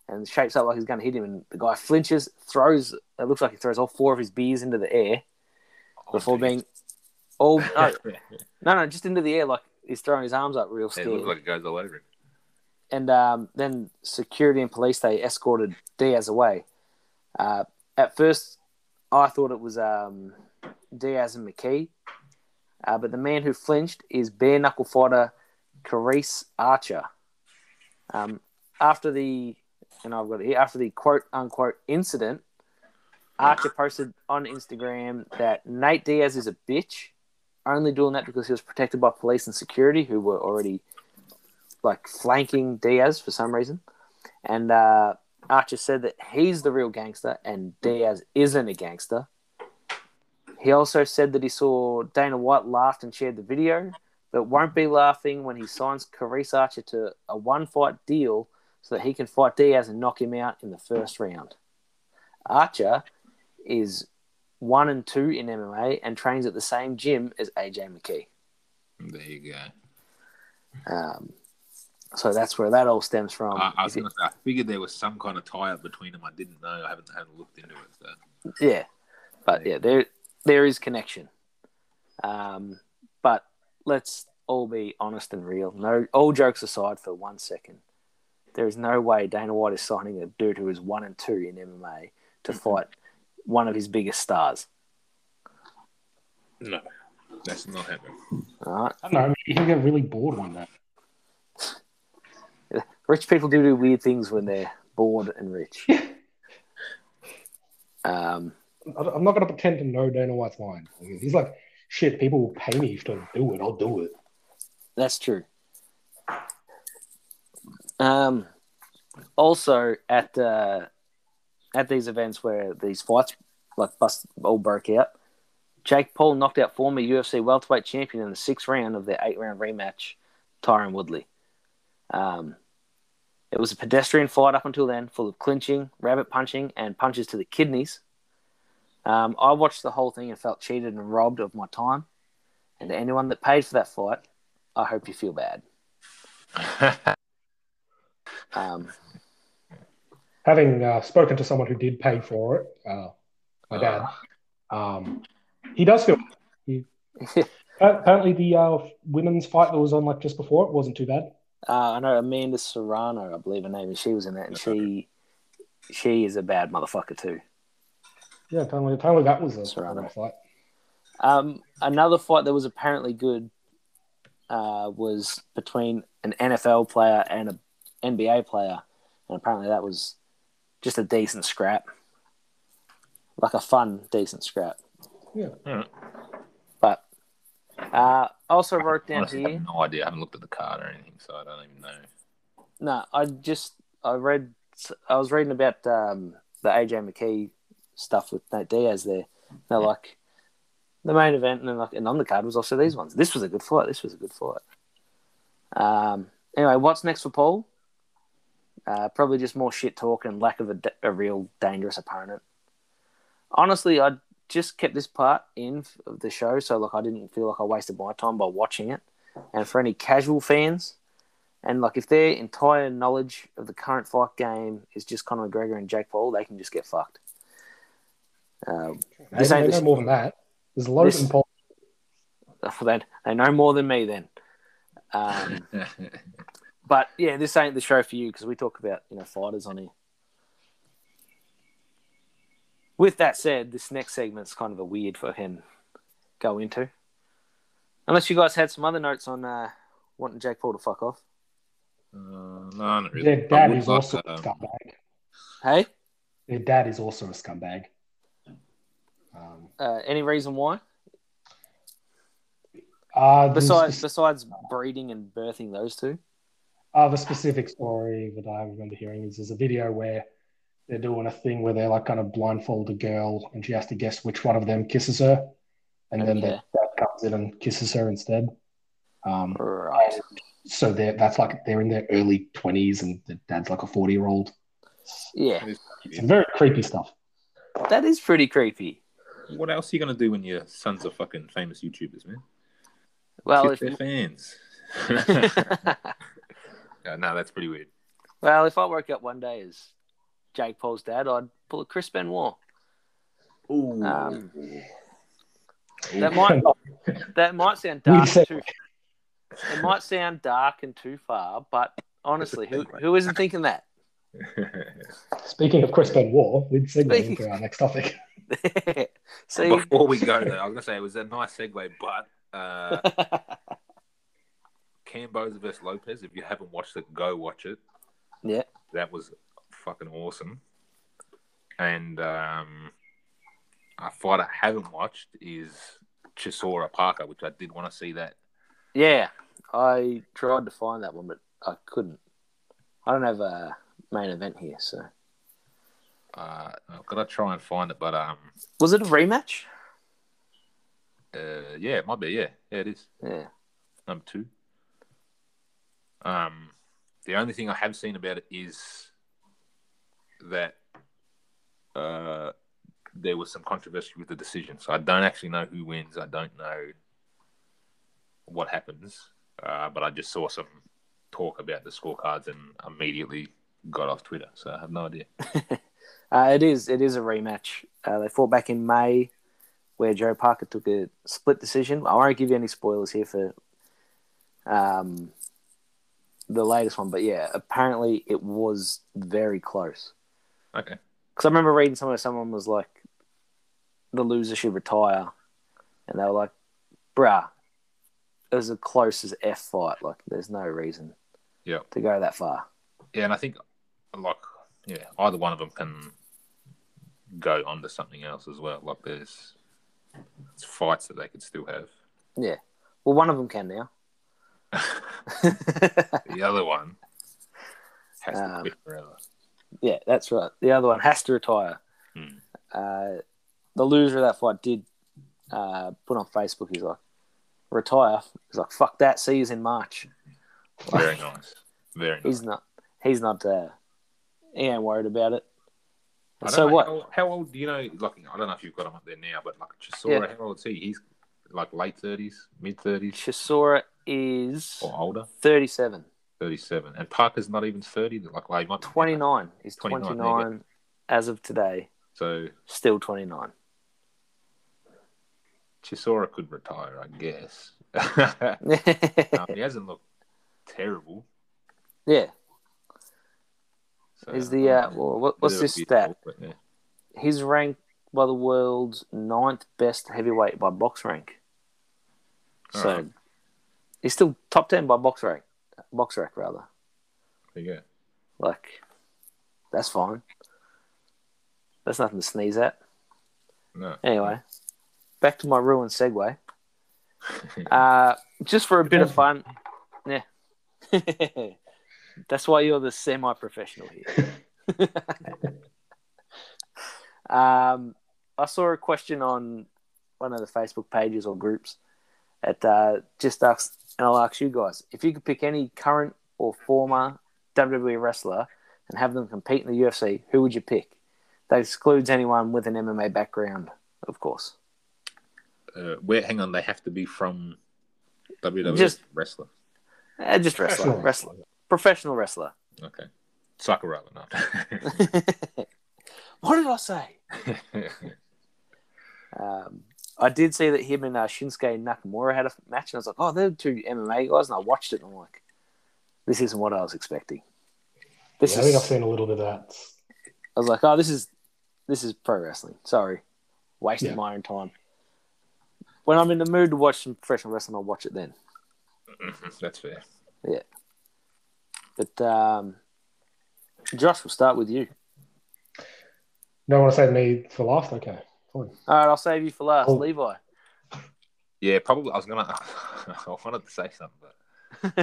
Speaker 1: and shapes up like he's going to hit him. And the guy flinches, throws, it looks like he throws all four of his beers into the air before being all,
Speaker 2: Oh,
Speaker 1: no, no, no, just into the air like he's throwing his arms up real
Speaker 2: it
Speaker 1: scared
Speaker 2: looks like it goes all over him.
Speaker 1: and um, then security and police they escorted Diaz away. Uh, at first, I thought it was um, Diaz and McKee, uh, but the man who flinched is bare knuckle fighter Carice Archer. Um, after the and I've got it here after the quote unquote incident, Archer posted on Instagram that Nate Diaz is a bitch, only doing that because he was protected by police and security who were already like flanking Diaz for some reason. And uh, Archer said that he's the real gangster and Diaz isn't a gangster. He also said that he saw Dana White laughed and shared the video, but won't be laughing when he signs Carice Archer to a one fight deal so that he can fight Diaz and knock him out in the first round. Archer is one and two in MMA and trains at the same gym as AJ McKee.
Speaker 2: There you go.
Speaker 1: Um, so that's where that all stems from.
Speaker 2: I, I was
Speaker 1: If you-
Speaker 2: gonna say, I figured there was some kind of tie up between them. I didn't know. I haven't, haven't looked into it. So
Speaker 1: Yeah, but yeah, there there is connection. Um, but let's all be honest and real. No, all jokes aside for one second, there is no way Dana White is signing a dude who is one and two in MMA
Speaker 2: Mm-hmm.
Speaker 1: to fight one of his biggest stars.
Speaker 2: no, that's not happening.
Speaker 1: All right,
Speaker 3: I don't know. Maybe he'll get really bored one day.
Speaker 1: rich people do do weird things when they're bored and rich. um,
Speaker 3: I don't- I'm not going to pretend to know Dana White's line. He's like, shit, people will pay me to do it. I'll do it.
Speaker 1: That's true. Um, also at uh, at these events where these fights like bust all broke out, Jake Paul knocked out former UFC welterweight champion in the sixth round of their eight round rematch, Tyron Woodley. Um, it was a pedestrian fight up until then, full of clinching, rabbit punching, and punches to the kidneys. Um, I watched the whole thing and felt cheated and robbed of my time. And to anyone that paid for that fight, I hope you feel bad. Um,
Speaker 3: Having uh, spoken to someone who did pay for it, uh, my dad, um, he does feel. He, apparently, the uh, women's fight that was on like just before it wasn't too bad.
Speaker 1: uh, I know Amanda Serrano, I believe her name is. She was in that, and she she is a bad motherfucker too.
Speaker 3: Yeah, apparently, apparently that was a
Speaker 1: That's right.
Speaker 3: a fight.
Speaker 1: Um, another fight that was apparently good uh, was between an NFL player and a NBA player, and apparently that was just a decent scrap, like a fun decent scrap.
Speaker 3: Yeah.
Speaker 2: Alright.
Speaker 1: But uh, I also wrote down
Speaker 2: Honestly, I
Speaker 1: here.
Speaker 2: have no idea. I haven't looked at the card or anything, so I don't even know.
Speaker 1: No, I just I read I was reading about um, the AJ McKee stuff with Nate Diaz there. They're like the main event and then like and on the card was also these ones. This was a good fight. This was a good fight. Um. Anyway, what's next for Paul? Uh, probably just more shit talk and lack of a, da- a real dangerous opponent. Honestly, I just kept this part in f- of the show, so like I didn't feel like I wasted my time by watching it. And for any casual fans, and like, if their entire knowledge of the current fight game is just Conor McGregor and Jake Paul, they can just get fucked. Um, This
Speaker 3: They-
Speaker 1: ain't
Speaker 3: they
Speaker 1: this-
Speaker 3: know more than that. There's Logan
Speaker 1: this-
Speaker 3: Paul.
Speaker 1: they, they know more than me then. Um, but yeah, this ain't the show for you because we talk about you know fighters on here. With that said, this next segment's kind of a weird for him to go into. Unless you guys had some other notes on uh, wanting Jake Paul to fuck off.
Speaker 2: Uh, no, not really.
Speaker 3: Their dad
Speaker 2: I would
Speaker 3: is
Speaker 2: like,
Speaker 3: also a
Speaker 2: um,
Speaker 3: scumbag.
Speaker 1: Hey,
Speaker 3: Their dad is also a scumbag. Um,
Speaker 1: uh, any reason why?
Speaker 3: Uh, the
Speaker 1: Besides,
Speaker 3: spec-
Speaker 1: besides breeding and birthing those two.
Speaker 3: Uh, the specific story that I remember hearing is there's a video where they're doing a thing where they're like going to blindfold a girl and she has to guess which one of them kisses her. And then
Speaker 1: Yeah.
Speaker 3: the dad comes in and kisses her instead. Um,
Speaker 1: Right.
Speaker 3: so they're, that's like they're in their early 20s and the dad's like a 40 year old.
Speaker 1: Yeah,
Speaker 3: It's very creepy stuff.
Speaker 1: that is pretty creepy.
Speaker 2: What else are you gonna do when your sons are fucking famous YouTubers, man?
Speaker 1: Well,
Speaker 2: Kiss
Speaker 1: if,
Speaker 2: their fans. Yeah, no, that's pretty weird.
Speaker 1: well, if I woke up one day as Jake Paul's dad, I'd pull a Chris Benoit.
Speaker 2: Ooh.
Speaker 1: Um,
Speaker 2: Ooh.
Speaker 1: That might that might sound
Speaker 3: We
Speaker 1: dark.
Speaker 3: said-
Speaker 1: Too, it might sound dark and too far, but honestly, who who isn't thinking that?
Speaker 3: Speaking of Chris Benoit, we'd segue
Speaker 1: Speaking-
Speaker 3: into our next topic.
Speaker 1: See,
Speaker 2: Before we go, though, I was gonna say it was a nice segue, but uh, Cambo's versus Lopez. If you haven't watched it, go watch it.
Speaker 1: yeah,
Speaker 2: That was fucking awesome. And um, a fight I haven't watched is Chisora Parker, which I did want to see that.
Speaker 1: yeah. I tried to find that one, but I couldn't. I don't have a main event here, so
Speaker 2: Uh, I've got to try and find it, but um,
Speaker 1: was it a rematch?
Speaker 2: uh, yeah, it might be. Yeah, yeah, it is.
Speaker 1: Yeah.
Speaker 2: number two. Um, the only thing I have seen about it is that uh, there was some controversy with the decision. So I don't actually know who wins. I don't know what happens. Uh, but I just saw some talk about the scorecards and immediately got off Twitter. So I have no idea.
Speaker 1: Uh, it is. It is a rematch. Uh, they fought back in May, where Joe Parker took a split decision. I won't give you any spoilers here for um, the latest one, but yeah, apparently it was very close.
Speaker 2: Okay.
Speaker 1: Because I remember reading somewhere someone was like, "The loser should retire," and they were like, "Bruh, it was the closest F fight. Like, there's no reason,
Speaker 2: Yeah.
Speaker 1: to go that far."
Speaker 2: Yeah, and I think like yeah, either one of them can go on to something else as well. Like there's it's fights that they could still have.
Speaker 1: Well, one of them can now.
Speaker 2: The other one has to
Speaker 1: Um,
Speaker 2: quit forever.
Speaker 1: Yeah, that's right. The other one has to retire.
Speaker 2: Hmm.
Speaker 1: Uh, the loser of that fight did uh, put on Facebook. He's like, retire. He's like, fuck that. See you in March.
Speaker 2: Very nice. Very nice.
Speaker 1: He's not. He's not. Uh, he ain't worried about it.
Speaker 2: I don't
Speaker 1: So
Speaker 2: know
Speaker 1: what?
Speaker 2: How, how old do you know? Like I don't know if you've got him up there now, but like Chisora, how old is he? He's like late thirties, mid thirties,
Speaker 1: Chisora is
Speaker 2: or older,
Speaker 1: 37,
Speaker 2: thirty-seven. And Parker's not even thirty. Like, like he might be-
Speaker 1: 29. He's
Speaker 2: 29, there
Speaker 1: 29,
Speaker 2: you go.
Speaker 1: as of today.
Speaker 2: So
Speaker 1: Still 29.
Speaker 2: Chisora could retire, I guess. um, he hasn't looked terrible.
Speaker 1: yeah.
Speaker 2: So,
Speaker 1: Is the uh,
Speaker 2: um,
Speaker 1: well, what, what's
Speaker 2: it'll
Speaker 1: this
Speaker 2: be
Speaker 1: stat?
Speaker 2: awkward, yeah.
Speaker 1: he's ranked by the world's ninth best heavyweight by box rank. So
Speaker 2: Alright.
Speaker 1: he's still top ten by box rank, box rank rather.
Speaker 2: There you go.
Speaker 1: Like that's fine. That's nothing to sneeze at.
Speaker 2: No.
Speaker 1: Anyway, back to my ruined segue. Uh, just for a bit of fun, yeah. That's why you're the semi-professional here. um, I saw a question on one of the Facebook pages or groups. It uh, just asks, and I'll ask you guys: if you could pick any current or former WWE wrestler and have them compete in the UFC, who would you pick? That excludes anyone with an MMA background, of course.
Speaker 2: Uh, where? Hang on. They have to be from WWE
Speaker 1: Just-
Speaker 2: wrestler.
Speaker 1: Eh, just wrestler,
Speaker 3: Professional
Speaker 1: wrestler, professional wrestler.
Speaker 2: Okay. Sakuraba, no.
Speaker 1: what did I say? Um, I did see that him and uh, Shinsuke Nakamura had a match, and I was like, oh, they're two MMA guys. And I watched it, and I'm like, this isn't what I was expecting. This
Speaker 3: Yeah, I
Speaker 1: is,
Speaker 3: think I've seen a little bit of that.
Speaker 1: I was like, oh, this is this is pro wrestling. Sorry, wasted
Speaker 3: Yeah.
Speaker 1: my own time. When I'm in the mood to watch some professional wrestling, I'll watch it then.
Speaker 2: That's fair.
Speaker 1: But um, Josh, we'll start with you.
Speaker 3: No one to say me for last? Okay. Fine.
Speaker 1: All right, I'll save you for last,
Speaker 3: Oh.
Speaker 1: Levi.
Speaker 2: Yeah, probably. I was gonna. I wanted to say something, but I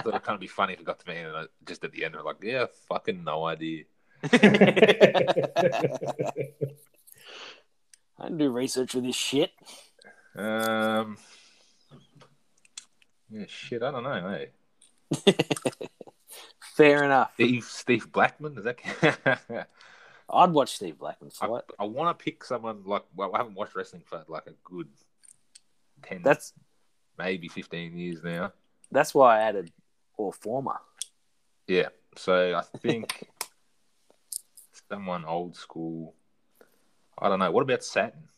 Speaker 2: thought it'd kind of be funny if it got to me and I, just at the end, I'm like, yeah, fucking no idea.
Speaker 1: I didn't do research with this shit.
Speaker 2: Um, yeah, shit, I don't know. eh? Hey,
Speaker 1: Fair enough.
Speaker 2: Steve, Steve Blackman, is that?
Speaker 1: I'd watch Steve Blackman
Speaker 2: I,
Speaker 1: fight.
Speaker 2: I want to pick someone like. Well, I haven't watched wrestling for like a good ten,
Speaker 1: That's
Speaker 2: maybe fifteen years now.
Speaker 1: that's why I added or former.
Speaker 2: Yeah. So I think someone old school. I don't know. What about Saturn?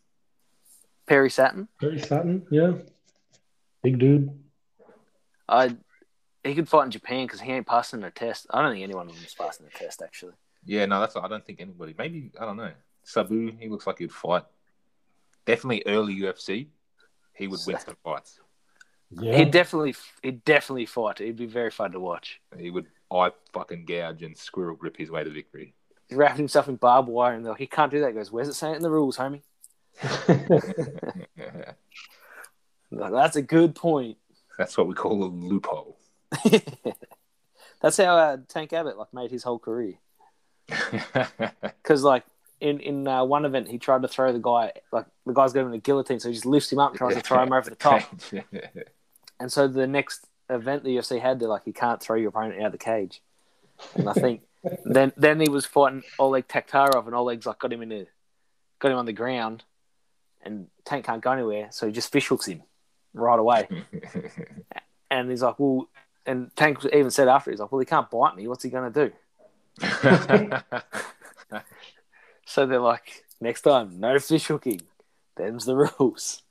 Speaker 1: Perry Satin.
Speaker 3: Perry Satin, yeah. Big dude.
Speaker 1: I he could fight in Japan because he ain't passing the test. I don't think anyone was passing the test actually.
Speaker 2: Yeah, no, that's. I don't think anybody. Maybe I don't know. Sabu. He looks like he'd fight. Definitely early UFC. He would win some fights.
Speaker 3: Yeah.
Speaker 1: He'd definitely he'd definitely fight. He'd be very fun to watch.
Speaker 2: He would eye fucking gouge and squirrel grip his way to victory.
Speaker 1: He's wrapping himself in barbed wire and they're like, he can't do that. He goes, where's it saying it in the rules, homie? I'm like, That's a good point.
Speaker 2: that's what we call a loophole.
Speaker 1: That's how uh, Tank Abbott like made his whole career. Because like in in uh, one event, he tried to throw the guy like the guy's got him in a guillotine, so he just lifts him up, tries to throw him over the top. And so the next event the UFC had, they're like, you can't throw your opponent out of the cage. And I think then then he was fighting Oleg Taktarov, and Oleg's like got him in a, got him on the ground, and Tank can't go anywhere, so he just fish hooks him right away. And he's like, well, and Tank even said after, he's like, well, he can't bite me. What's he gonna do? So they're like, next time, no fish hooking. Them's the rules.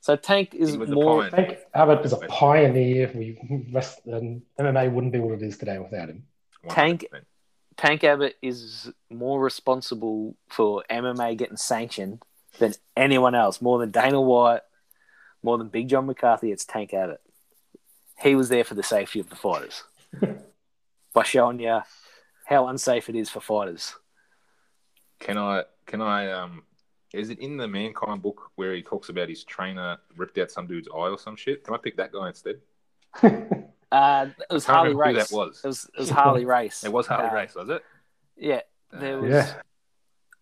Speaker 1: So Tank is
Speaker 2: He was a
Speaker 1: more.
Speaker 2: pioneer.
Speaker 3: I think Abbott is a pioneer. We rest, and MMA wouldn't be what it is today without him.
Speaker 1: Tank- Tank Abbott is more responsible for MMA getting sanctioned than anyone else, more than Dana White, more than Big John McCarthy. It's Tank Abbott. He was there for the safety of the fighters by showing you how unsafe it is for fighters.
Speaker 2: Can I? Can I? Um, is it in the Mankind book where he talks about his trainer ripped out some dude's eye or some shit? Can I pick that guy instead?
Speaker 1: Uh, it was
Speaker 2: I can't
Speaker 1: Harley
Speaker 2: remember who
Speaker 1: Race.
Speaker 2: that was.
Speaker 1: It was, it was Harley Race.
Speaker 2: It was Harley
Speaker 1: Uh,
Speaker 2: Race, was it?
Speaker 1: Yeah, there
Speaker 2: Uh,
Speaker 1: was.
Speaker 3: Yeah.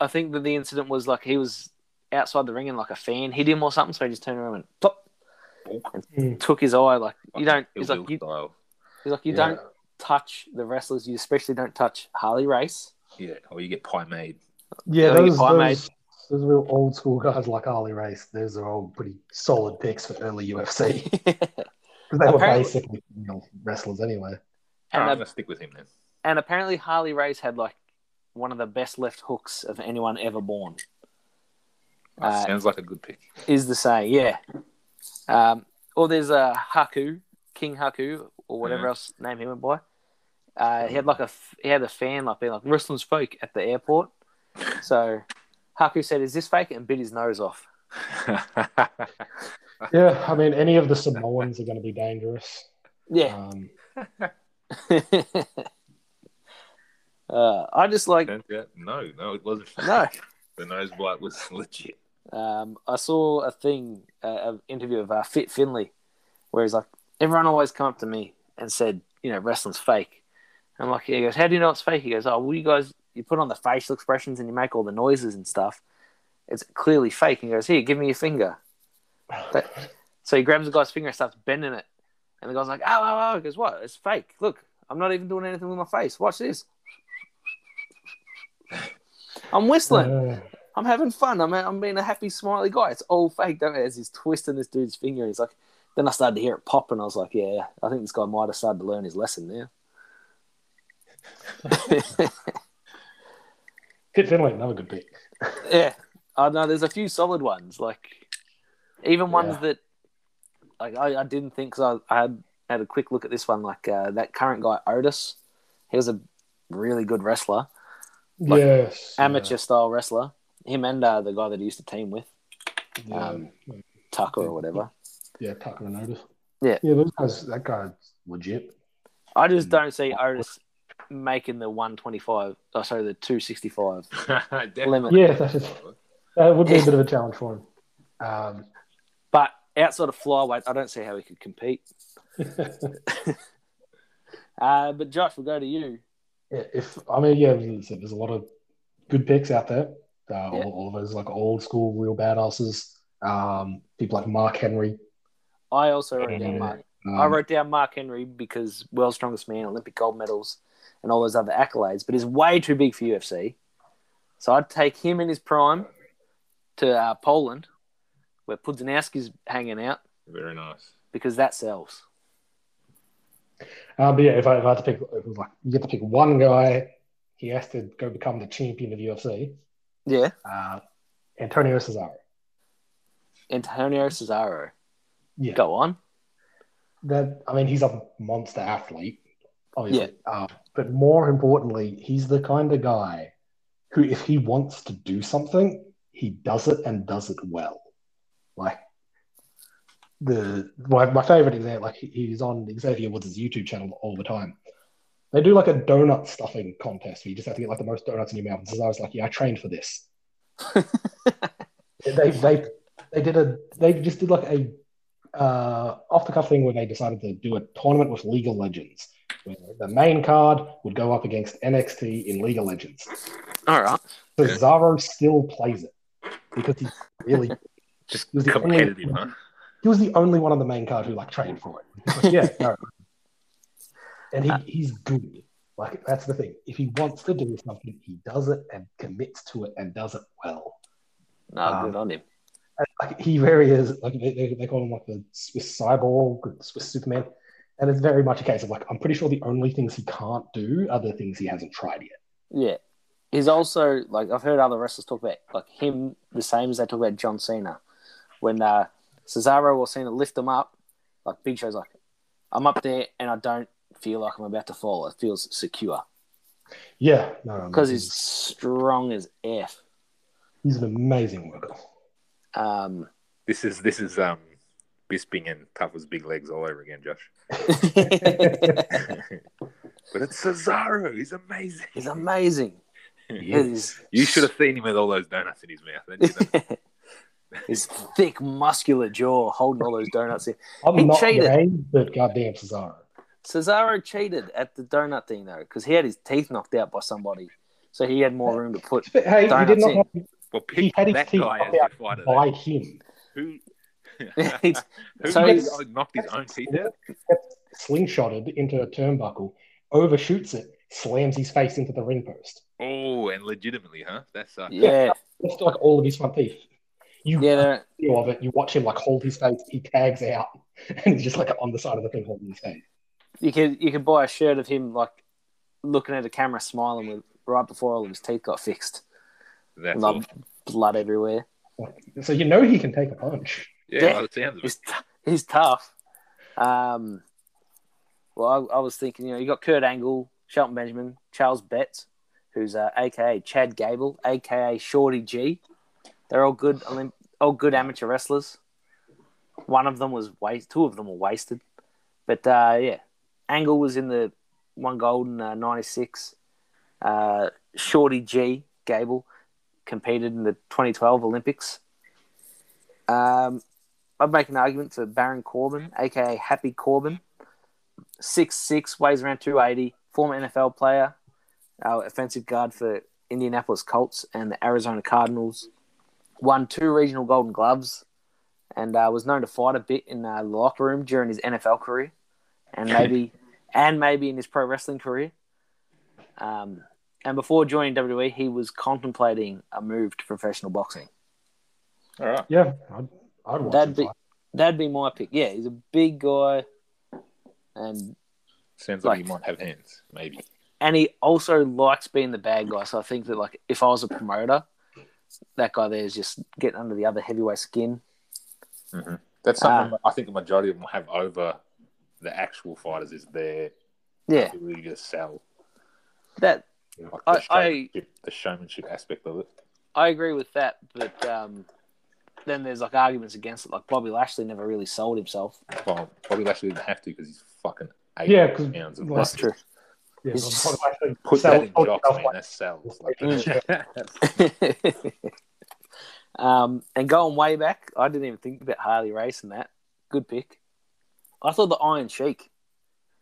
Speaker 1: I think that the incident was like he was outside the ring and like a fan hit him or something, so he just turned around and plop,
Speaker 3: Mm.
Speaker 1: took his eye. Like you don't.
Speaker 2: It
Speaker 1: He's
Speaker 2: was
Speaker 1: like you,
Speaker 2: style.
Speaker 1: he's like you
Speaker 3: Yeah.
Speaker 1: don't touch the wrestlers. You especially don't touch Harley Race.
Speaker 2: Yeah, or you get pie made.
Speaker 3: Yeah,
Speaker 1: Gotta get
Speaker 3: those,
Speaker 1: pie made.
Speaker 3: those, those real old school guys like Harley Race, those are all pretty solid picks for early UFC. Because they were
Speaker 1: Apparently-
Speaker 3: basically you know, wrestlers anyway.
Speaker 2: Oh, I'm
Speaker 1: and,
Speaker 2: gonna stick with him then.
Speaker 1: and apparently Harley Race had like one of the best left hooks of anyone ever born.
Speaker 2: That
Speaker 1: Uh,
Speaker 2: sounds like a good pick.
Speaker 1: Is the saying, yeah. Um, or there's a Haku King Haku or whatever
Speaker 2: Yeah.
Speaker 1: else name he went by. Uh, he had like a f- he had a fan like being like wrestling's fake at the airport. So Haku said, "Is this fake?" and bit his nose off.
Speaker 3: Yeah, I mean, any of the Samoans are going to be dangerous.
Speaker 1: Yeah.
Speaker 3: Um,
Speaker 1: uh, I just like
Speaker 2: Turns out, no, no, it wasn't.
Speaker 1: no.
Speaker 2: the nose bite was legit.
Speaker 1: Um, I saw a thing, uh, an interview of uh, Fit Finley, where he's like, everyone always come up to me and said, you know, wrestling's fake. I'm like, he goes, how do you know it's fake? He goes, oh, well, you guys, you put on the facial expressions and you make all the noises and stuff. It's clearly fake. And he goes, here, give me your finger. But- so he grabs the guy's finger and starts bending it. And the guy's like, oh, oh, oh. He goes, what? It's fake. Look, I'm not even doing anything with my face. Watch this. I'm whistling.
Speaker 3: uh,
Speaker 1: I'm having fun. I'm, I'm being a happy, smiley guy. It's all fake, don't it? As he's twisting this dude's finger, he's like, then I started to hear it pop, and I was like, yeah, I think this guy might have started to learn his lesson now.
Speaker 3: Pitt Finlay, another good pick.
Speaker 1: yeah, I know. There's a few solid ones, like even ones
Speaker 3: Yeah.
Speaker 1: that like I, I didn't think because I, I had had a quick look at this one. Like uh, that current guy Otis, he was a really good wrestler, Like,
Speaker 3: yes.
Speaker 1: amateur style wrestler. Him and uh, the guy that he used to team with,
Speaker 3: Yeah,
Speaker 1: um, Tucker or whatever.
Speaker 3: yeah Tucker and Otis.
Speaker 1: Yeah.
Speaker 3: Yeah, those guys, that guy's legit.
Speaker 1: I
Speaker 3: Mm.
Speaker 1: just don't see Otis making the 125, oh, sorry, the 265
Speaker 2: Definitely.
Speaker 1: limit.
Speaker 3: Yeah, that, is, that would be a bit of a challenge for him. Um,
Speaker 1: But outside of flyweight, I don't see how he could compete. Uh, but Josh, we'll go to you.
Speaker 3: Yeah, if I mean, yeah, there's, there's a lot of good picks out there. Uh, all,
Speaker 1: Yeah.
Speaker 3: all those like old school real badasses. Um, people like Mark Henry.
Speaker 1: I also wrote down
Speaker 3: Yeah.
Speaker 1: Mark.
Speaker 3: Um,
Speaker 1: I wrote down Mark Henry because world's strongest man, Olympic gold medals, and all those other accolades, but he's way too big for UFC. So I'd take him in his prime to uh, Poland, where Pudzanowski's hanging out,
Speaker 2: Very nice.
Speaker 1: because that sells.
Speaker 3: uh, but yeah, if I, if I had to pick, if it was like you get to pick one guy, he has to go become the champion of UFC.
Speaker 1: Yeah.
Speaker 3: Uh, Antonio Cesaro.
Speaker 1: Antonio Cesaro.
Speaker 3: Yeah,
Speaker 1: Go on.
Speaker 3: that I mean, he's a monster athlete, obviously. Uh, but more importantly, he's the kind of guy who, if he wants to do something, he does it and does it well. Like the my, my favorite example, like he- he's on Xavier Woods' YouTube channel all the time. They do like a donut stuffing contest where you just have to get like the most donuts in your mouth. And I was like, yeah, I trained for this. they they they did a they just did like a uh, off the cuff thing where they decided to do a tournament with League of Legends, where the main card would go up against NXT in League of Legends.
Speaker 1: All right.
Speaker 3: Cesaro still plays it because he really
Speaker 2: Just
Speaker 3: It was the
Speaker 2: competitive,
Speaker 3: only-
Speaker 2: huh?
Speaker 3: he was the only one on the main card who like trained for it. Like, yeah, no. And he, he's good. Like that's the thing. If he wants to do something, he does it and commits to it and does it well.
Speaker 1: No,
Speaker 3: Um,
Speaker 1: good on him.
Speaker 3: like he very is like they, they, they call him like the Swiss cyborg, or the Swiss Superman, and it's very much a case of like I'm pretty sure the only things he can't do are the things he hasn't tried yet.
Speaker 1: Yeah. He's also like I've heard other wrestlers talk about like him the same as they talk about John Cena. When uh, Cesaro or Cena lift him up, like Big Show's like, I'm up there and I don't feel like I'm about to fall. It feels secure
Speaker 3: Yeah, no,
Speaker 1: because
Speaker 2: Mm-hmm.
Speaker 1: he's strong as f.
Speaker 3: he's an amazing worker.
Speaker 1: Um,
Speaker 2: This is this is um Bisping and Tough as Big Legs all over again, Josh. but it's Cesaro. He's amazing.
Speaker 1: he's amazing. He's,
Speaker 2: You should have seen him with all those donuts in his mouth. Then you know.
Speaker 1: his thick, muscular jaw holding all those donuts in.
Speaker 3: I'm
Speaker 1: He
Speaker 3: not
Speaker 1: cheated.
Speaker 3: gay, but goddamn Cesaro.
Speaker 1: Cesaro cheated at the donut thing though because he had his teeth knocked out by somebody, so he had more room to put.
Speaker 3: But hey, he did
Speaker 1: Donuts
Speaker 3: not
Speaker 1: in.
Speaker 3: have to
Speaker 2: well,
Speaker 3: He
Speaker 2: pick
Speaker 3: had his
Speaker 2: that
Speaker 3: teeth
Speaker 2: guy as
Speaker 3: knocked
Speaker 2: your
Speaker 3: out
Speaker 2: fighter. then.
Speaker 3: buy him.
Speaker 2: Who? who
Speaker 1: It's- so
Speaker 2: knocked-
Speaker 1: he's-
Speaker 2: knocked his own teeth out?
Speaker 3: Gets slingshotted into a turnbuckle, overshoots it, slams his face into the ring post.
Speaker 2: Oh, and legitimately, huh? That's uh,
Speaker 1: yeah,
Speaker 3: Lost like all of his front teeth. You
Speaker 1: yeah. they're-
Speaker 3: video of it, you watch him like hold his face, he tags out, and he's just like on the side of the thing holding his face.
Speaker 1: You could you could buy a shirt of him like looking at a camera, smiling with right before all of his teeth got fixed,
Speaker 2: that's
Speaker 1: Love.
Speaker 2: awesome.
Speaker 1: blood everywhere.
Speaker 3: So you know he can take a punch.
Speaker 2: Yeah,
Speaker 1: Yeah.
Speaker 2: Well, it sounds of it.
Speaker 1: He's t- he's tough. Um, well, I, I was thinking, you know, you got Kurt Angle, Shelton Benjamin, Charles Betts, who's uh, AKA Chad Gable, AKA Shorty G. They're all good, Olymp- all good amateur wrestlers. One of them was waste. Two of them were wasted, but uh, yeah, Angle was in the one gold in uh, '96. Uh, Shorty G Gable competed in the 2012 Olympics. Um, I'd make an argument for Baron Corbin, aka Happy Corbin. Six six, weighs around two eighty, former NFL player, uh, offensive guard for Indianapolis Colts and the Arizona Cardinals. Won two regional Golden Gloves, and uh, was known to fight a bit in uh, the locker room during his NFL career, and maybe and maybe in his pro wrestling career. Um, and before joining WWE, he was contemplating a move to professional boxing.
Speaker 2: All right.
Speaker 3: Yeah, I'd, I'd watch
Speaker 1: That'd
Speaker 3: him
Speaker 1: be-
Speaker 3: fight.
Speaker 1: That'd be my pick. Yeah, he's a big guy, and
Speaker 2: Sounds like,
Speaker 1: Like-
Speaker 2: he might have hands, maybe.
Speaker 1: and he also likes being the bad guy. So I think that like if I was a promoter, that guy there is just getting under the other heavyweight skin.
Speaker 2: That's something I think the majority of them have over the actual fighters is their
Speaker 1: Yeah,
Speaker 2: ability to sell,
Speaker 1: that
Speaker 2: like the,
Speaker 1: I- I-
Speaker 2: showmanship, the showmanship aspect of it.
Speaker 1: I agree with that. But um, then there's like arguments against it. Like Bobby Lashley never really sold himself.
Speaker 2: Well, Bobby Lashley didn't have to because he's fucking eight
Speaker 3: Yeah, 'cause-
Speaker 2: pounds. Of
Speaker 3: well,
Speaker 1: That's
Speaker 2: muscle.
Speaker 1: true.
Speaker 3: Yeah,
Speaker 1: He's
Speaker 3: I'd
Speaker 1: just-
Speaker 3: probably actually
Speaker 2: Put
Speaker 3: sell-
Speaker 2: that in
Speaker 3: sell
Speaker 2: jocks, man.
Speaker 3: myself like-
Speaker 2: That sells.
Speaker 3: Mm.
Speaker 2: Like,
Speaker 1: Um, and going way back, I didn't even think about Harley Race and that. Good pick. I thought the Iron Sheik.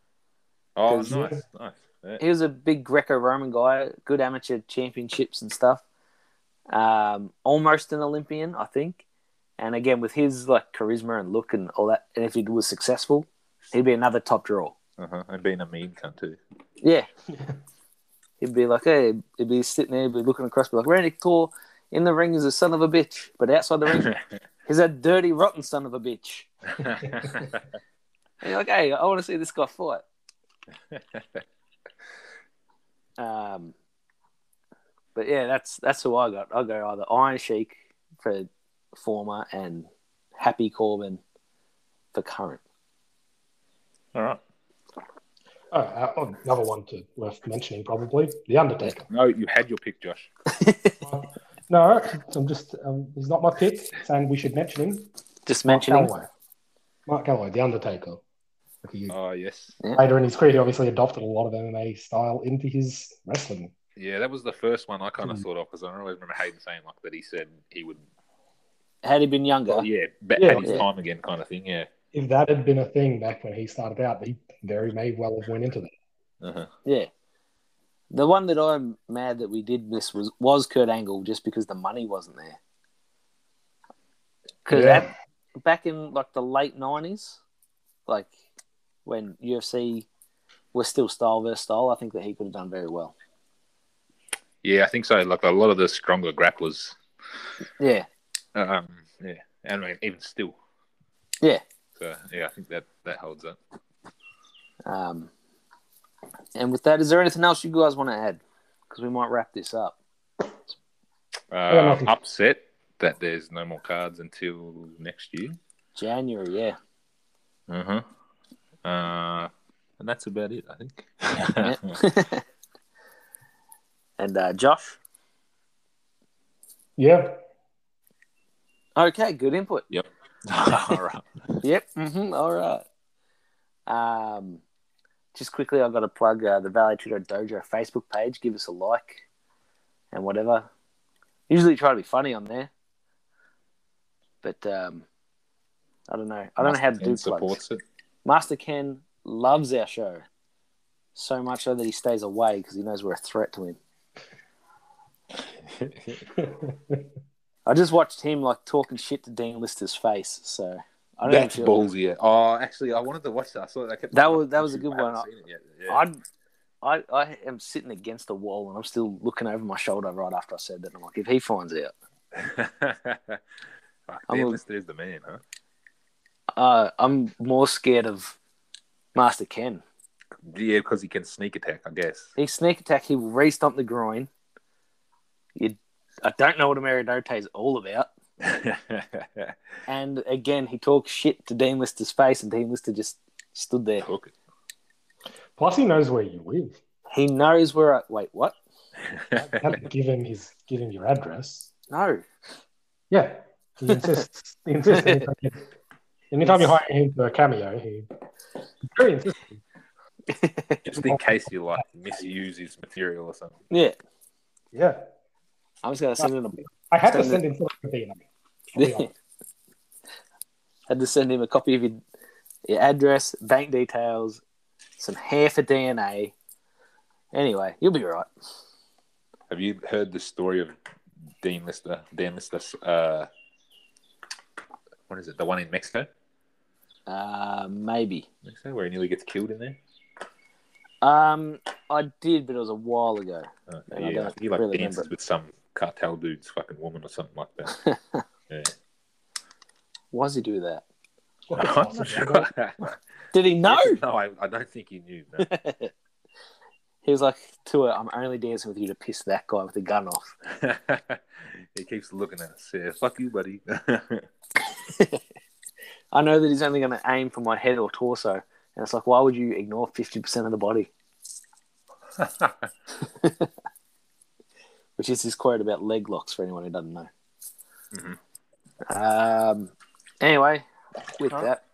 Speaker 2: Oh,
Speaker 3: Cause-
Speaker 2: nice, nice. Yeah.
Speaker 1: He was a big Greco-Roman guy, good amateur championships and stuff. Um, almost an Olympian, I think. And again, with his like charisma and look and all that, and if he was successful, he'd be another top draw.
Speaker 2: Uh-huh. And being a mean cunt too.
Speaker 1: Yeah. He'd be like, hey, he'd be sitting there, he'd be looking across, be like, Randy Couture in the ring is a son of a bitch, but outside the ring, he's a dirty, rotten son of a bitch. And you're like, hey, I want to see this guy fight. Um, but yeah, that's that's who I got. I go either Iron Sheik for former and Happy Corbin for current.
Speaker 2: All right.
Speaker 3: Oh, uh, oh, another one to worth mentioning, probably the Undertaker.
Speaker 2: No, you had your pick, Josh.
Speaker 3: no, I'm just um, he's not my pick. Saying we should mention him.
Speaker 1: Just mentioning.
Speaker 3: Galloway. Mark Galloway, the Undertaker. He
Speaker 2: Oh yes.
Speaker 3: Later in his career, he obviously adopted a lot of MMA style into his wrestling.
Speaker 2: Yeah, that was the first one I kind of
Speaker 3: Hmm.
Speaker 2: thought of because I always remember Hayden saying like that he said he would.
Speaker 1: Had he been younger,
Speaker 2: Oh, yeah, bet
Speaker 3: Yeah.
Speaker 2: at his
Speaker 1: Yeah.
Speaker 2: time again, kind of thing. Yeah.
Speaker 3: If that had been a thing back when he started out, he very may well have went into that.
Speaker 2: Uh-huh.
Speaker 1: Yeah. The one that I'm mad that we did miss was was Kurt Angle just because the money wasn't there. Because
Speaker 3: Yeah.
Speaker 1: that back in like the late nineties, like when UFC was still style versus style, I think that he could have done very well.
Speaker 2: Yeah, I think so. Like a lot of the stronger grapplers.
Speaker 1: Yeah,
Speaker 2: Um, yeah, and I mean, even still.
Speaker 1: Yeah.
Speaker 2: So yeah, I think that that holds up.
Speaker 1: Um, and with that, is there anything else you guys want to add? Because we might wrap this up.
Speaker 2: Uh,
Speaker 3: got nothing.
Speaker 2: upset that there's no more cards until next year.
Speaker 1: January, yeah. Mm-hmm.
Speaker 2: Uh huh. Uh, and that's about it, I think.
Speaker 1: Yeah. and uh, Josh,
Speaker 3: Yeah,
Speaker 1: okay, good input.
Speaker 2: All right.
Speaker 1: Yep. mhm, All right. Um, just quickly, I've got to plug uh, the Valley Tutor Dojo Facebook page. Give us a like and whatever. Usually try to be funny on there, but um, I don't know. I don't know how to do
Speaker 2: Ken
Speaker 1: plugs.
Speaker 2: supports it.
Speaker 1: Master Ken loves our show so much so that he stays away because he knows we're a threat to him. I just watched him like talking shit to Dean Lister's face, so I don't even
Speaker 2: That's
Speaker 1: feel-
Speaker 2: ballsy. yeah. Oh, actually, I wanted to watch that. I saw that. I kept
Speaker 1: That was- that was a good
Speaker 2: I haven't
Speaker 1: one.
Speaker 2: seen it yet. Yeah.
Speaker 1: I'd, I I am sitting against the wall and I'm still looking over my shoulder right after I said that. I'm like, if he finds out,
Speaker 2: Fuck,
Speaker 1: I'm
Speaker 2: Dan
Speaker 1: a-
Speaker 2: Lister is the man, huh?
Speaker 1: uh, I'm more scared of Master Ken.
Speaker 2: Yeah, because he can sneak attack, I guess.
Speaker 1: He sneak attack. He will re-stomp the groin. You, I don't know what a Meridote is all about. And again, he talks shit to Dean Lister's face, and Dean Lister just stood there.
Speaker 2: Hook
Speaker 3: plus he knows where you live.
Speaker 1: He knows where I wait. What?
Speaker 2: it.
Speaker 3: Had to give him his give him your address.
Speaker 1: No.
Speaker 3: Yeah, he insists. he insists. Anytime, you- anytime you hire him for a cameo, he very insistent.
Speaker 2: Just in case you like misuse his material or something.
Speaker 1: Yeah.
Speaker 3: Yeah,
Speaker 1: I'm just gonna send him
Speaker 3: I had to
Speaker 1: Send it.
Speaker 3: send him something for being
Speaker 1: a. Had to send him a copy of your, your address, bank details, some hair for DNA. Anyway, you'll be all right.
Speaker 2: Have you heard the story of Dean Lister? Dan Lister's uh, what is it? The one in Mexico,
Speaker 1: Uh, maybe.
Speaker 2: Mexico, where he nearly gets killed in there.
Speaker 1: Um, I did, but it was a while ago.
Speaker 2: Uh,
Speaker 1: I
Speaker 2: yeah,
Speaker 1: don't
Speaker 2: he like
Speaker 1: really
Speaker 2: dances
Speaker 1: remember.
Speaker 2: with some cartel dude's fucking woman or something like that. yeah.
Speaker 1: Why does he do that?
Speaker 2: I'm not
Speaker 3: anonymous.
Speaker 2: sure.
Speaker 1: Did he know?
Speaker 2: no, I, I don't think he knew. No.
Speaker 1: he was like, "Tua, I'm only dancing with you to piss that guy with the gun off."
Speaker 2: he keeps looking at us. Yeah, fuck you, buddy.
Speaker 1: I know that he's only going to aim for my head or torso, and it's like, why would you ignore fifty percent of the body? which is his quote about leg locks for anyone who doesn't know.
Speaker 2: Mhm.
Speaker 1: Um, anyway, with
Speaker 2: Alright.
Speaker 1: that,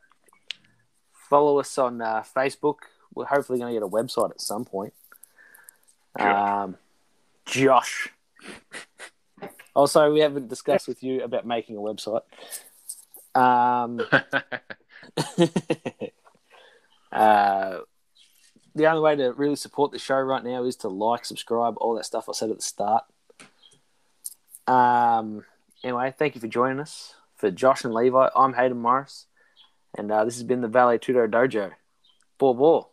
Speaker 1: follow us on uh, Facebook. We're hopefully going to get a website at Um, some point.
Speaker 2: Sure.
Speaker 1: Um, Josh. I Also, we haven't discussed with you about making a website. Um, uh, the only way to really support the show right now is to like, subscribe, all that stuff I said at the start. Um, anyway, thank you for joining us. For Josh and Levi, I'm Hayden Morris, and uh, this has been the Valet Tudo Dojo. Four ball.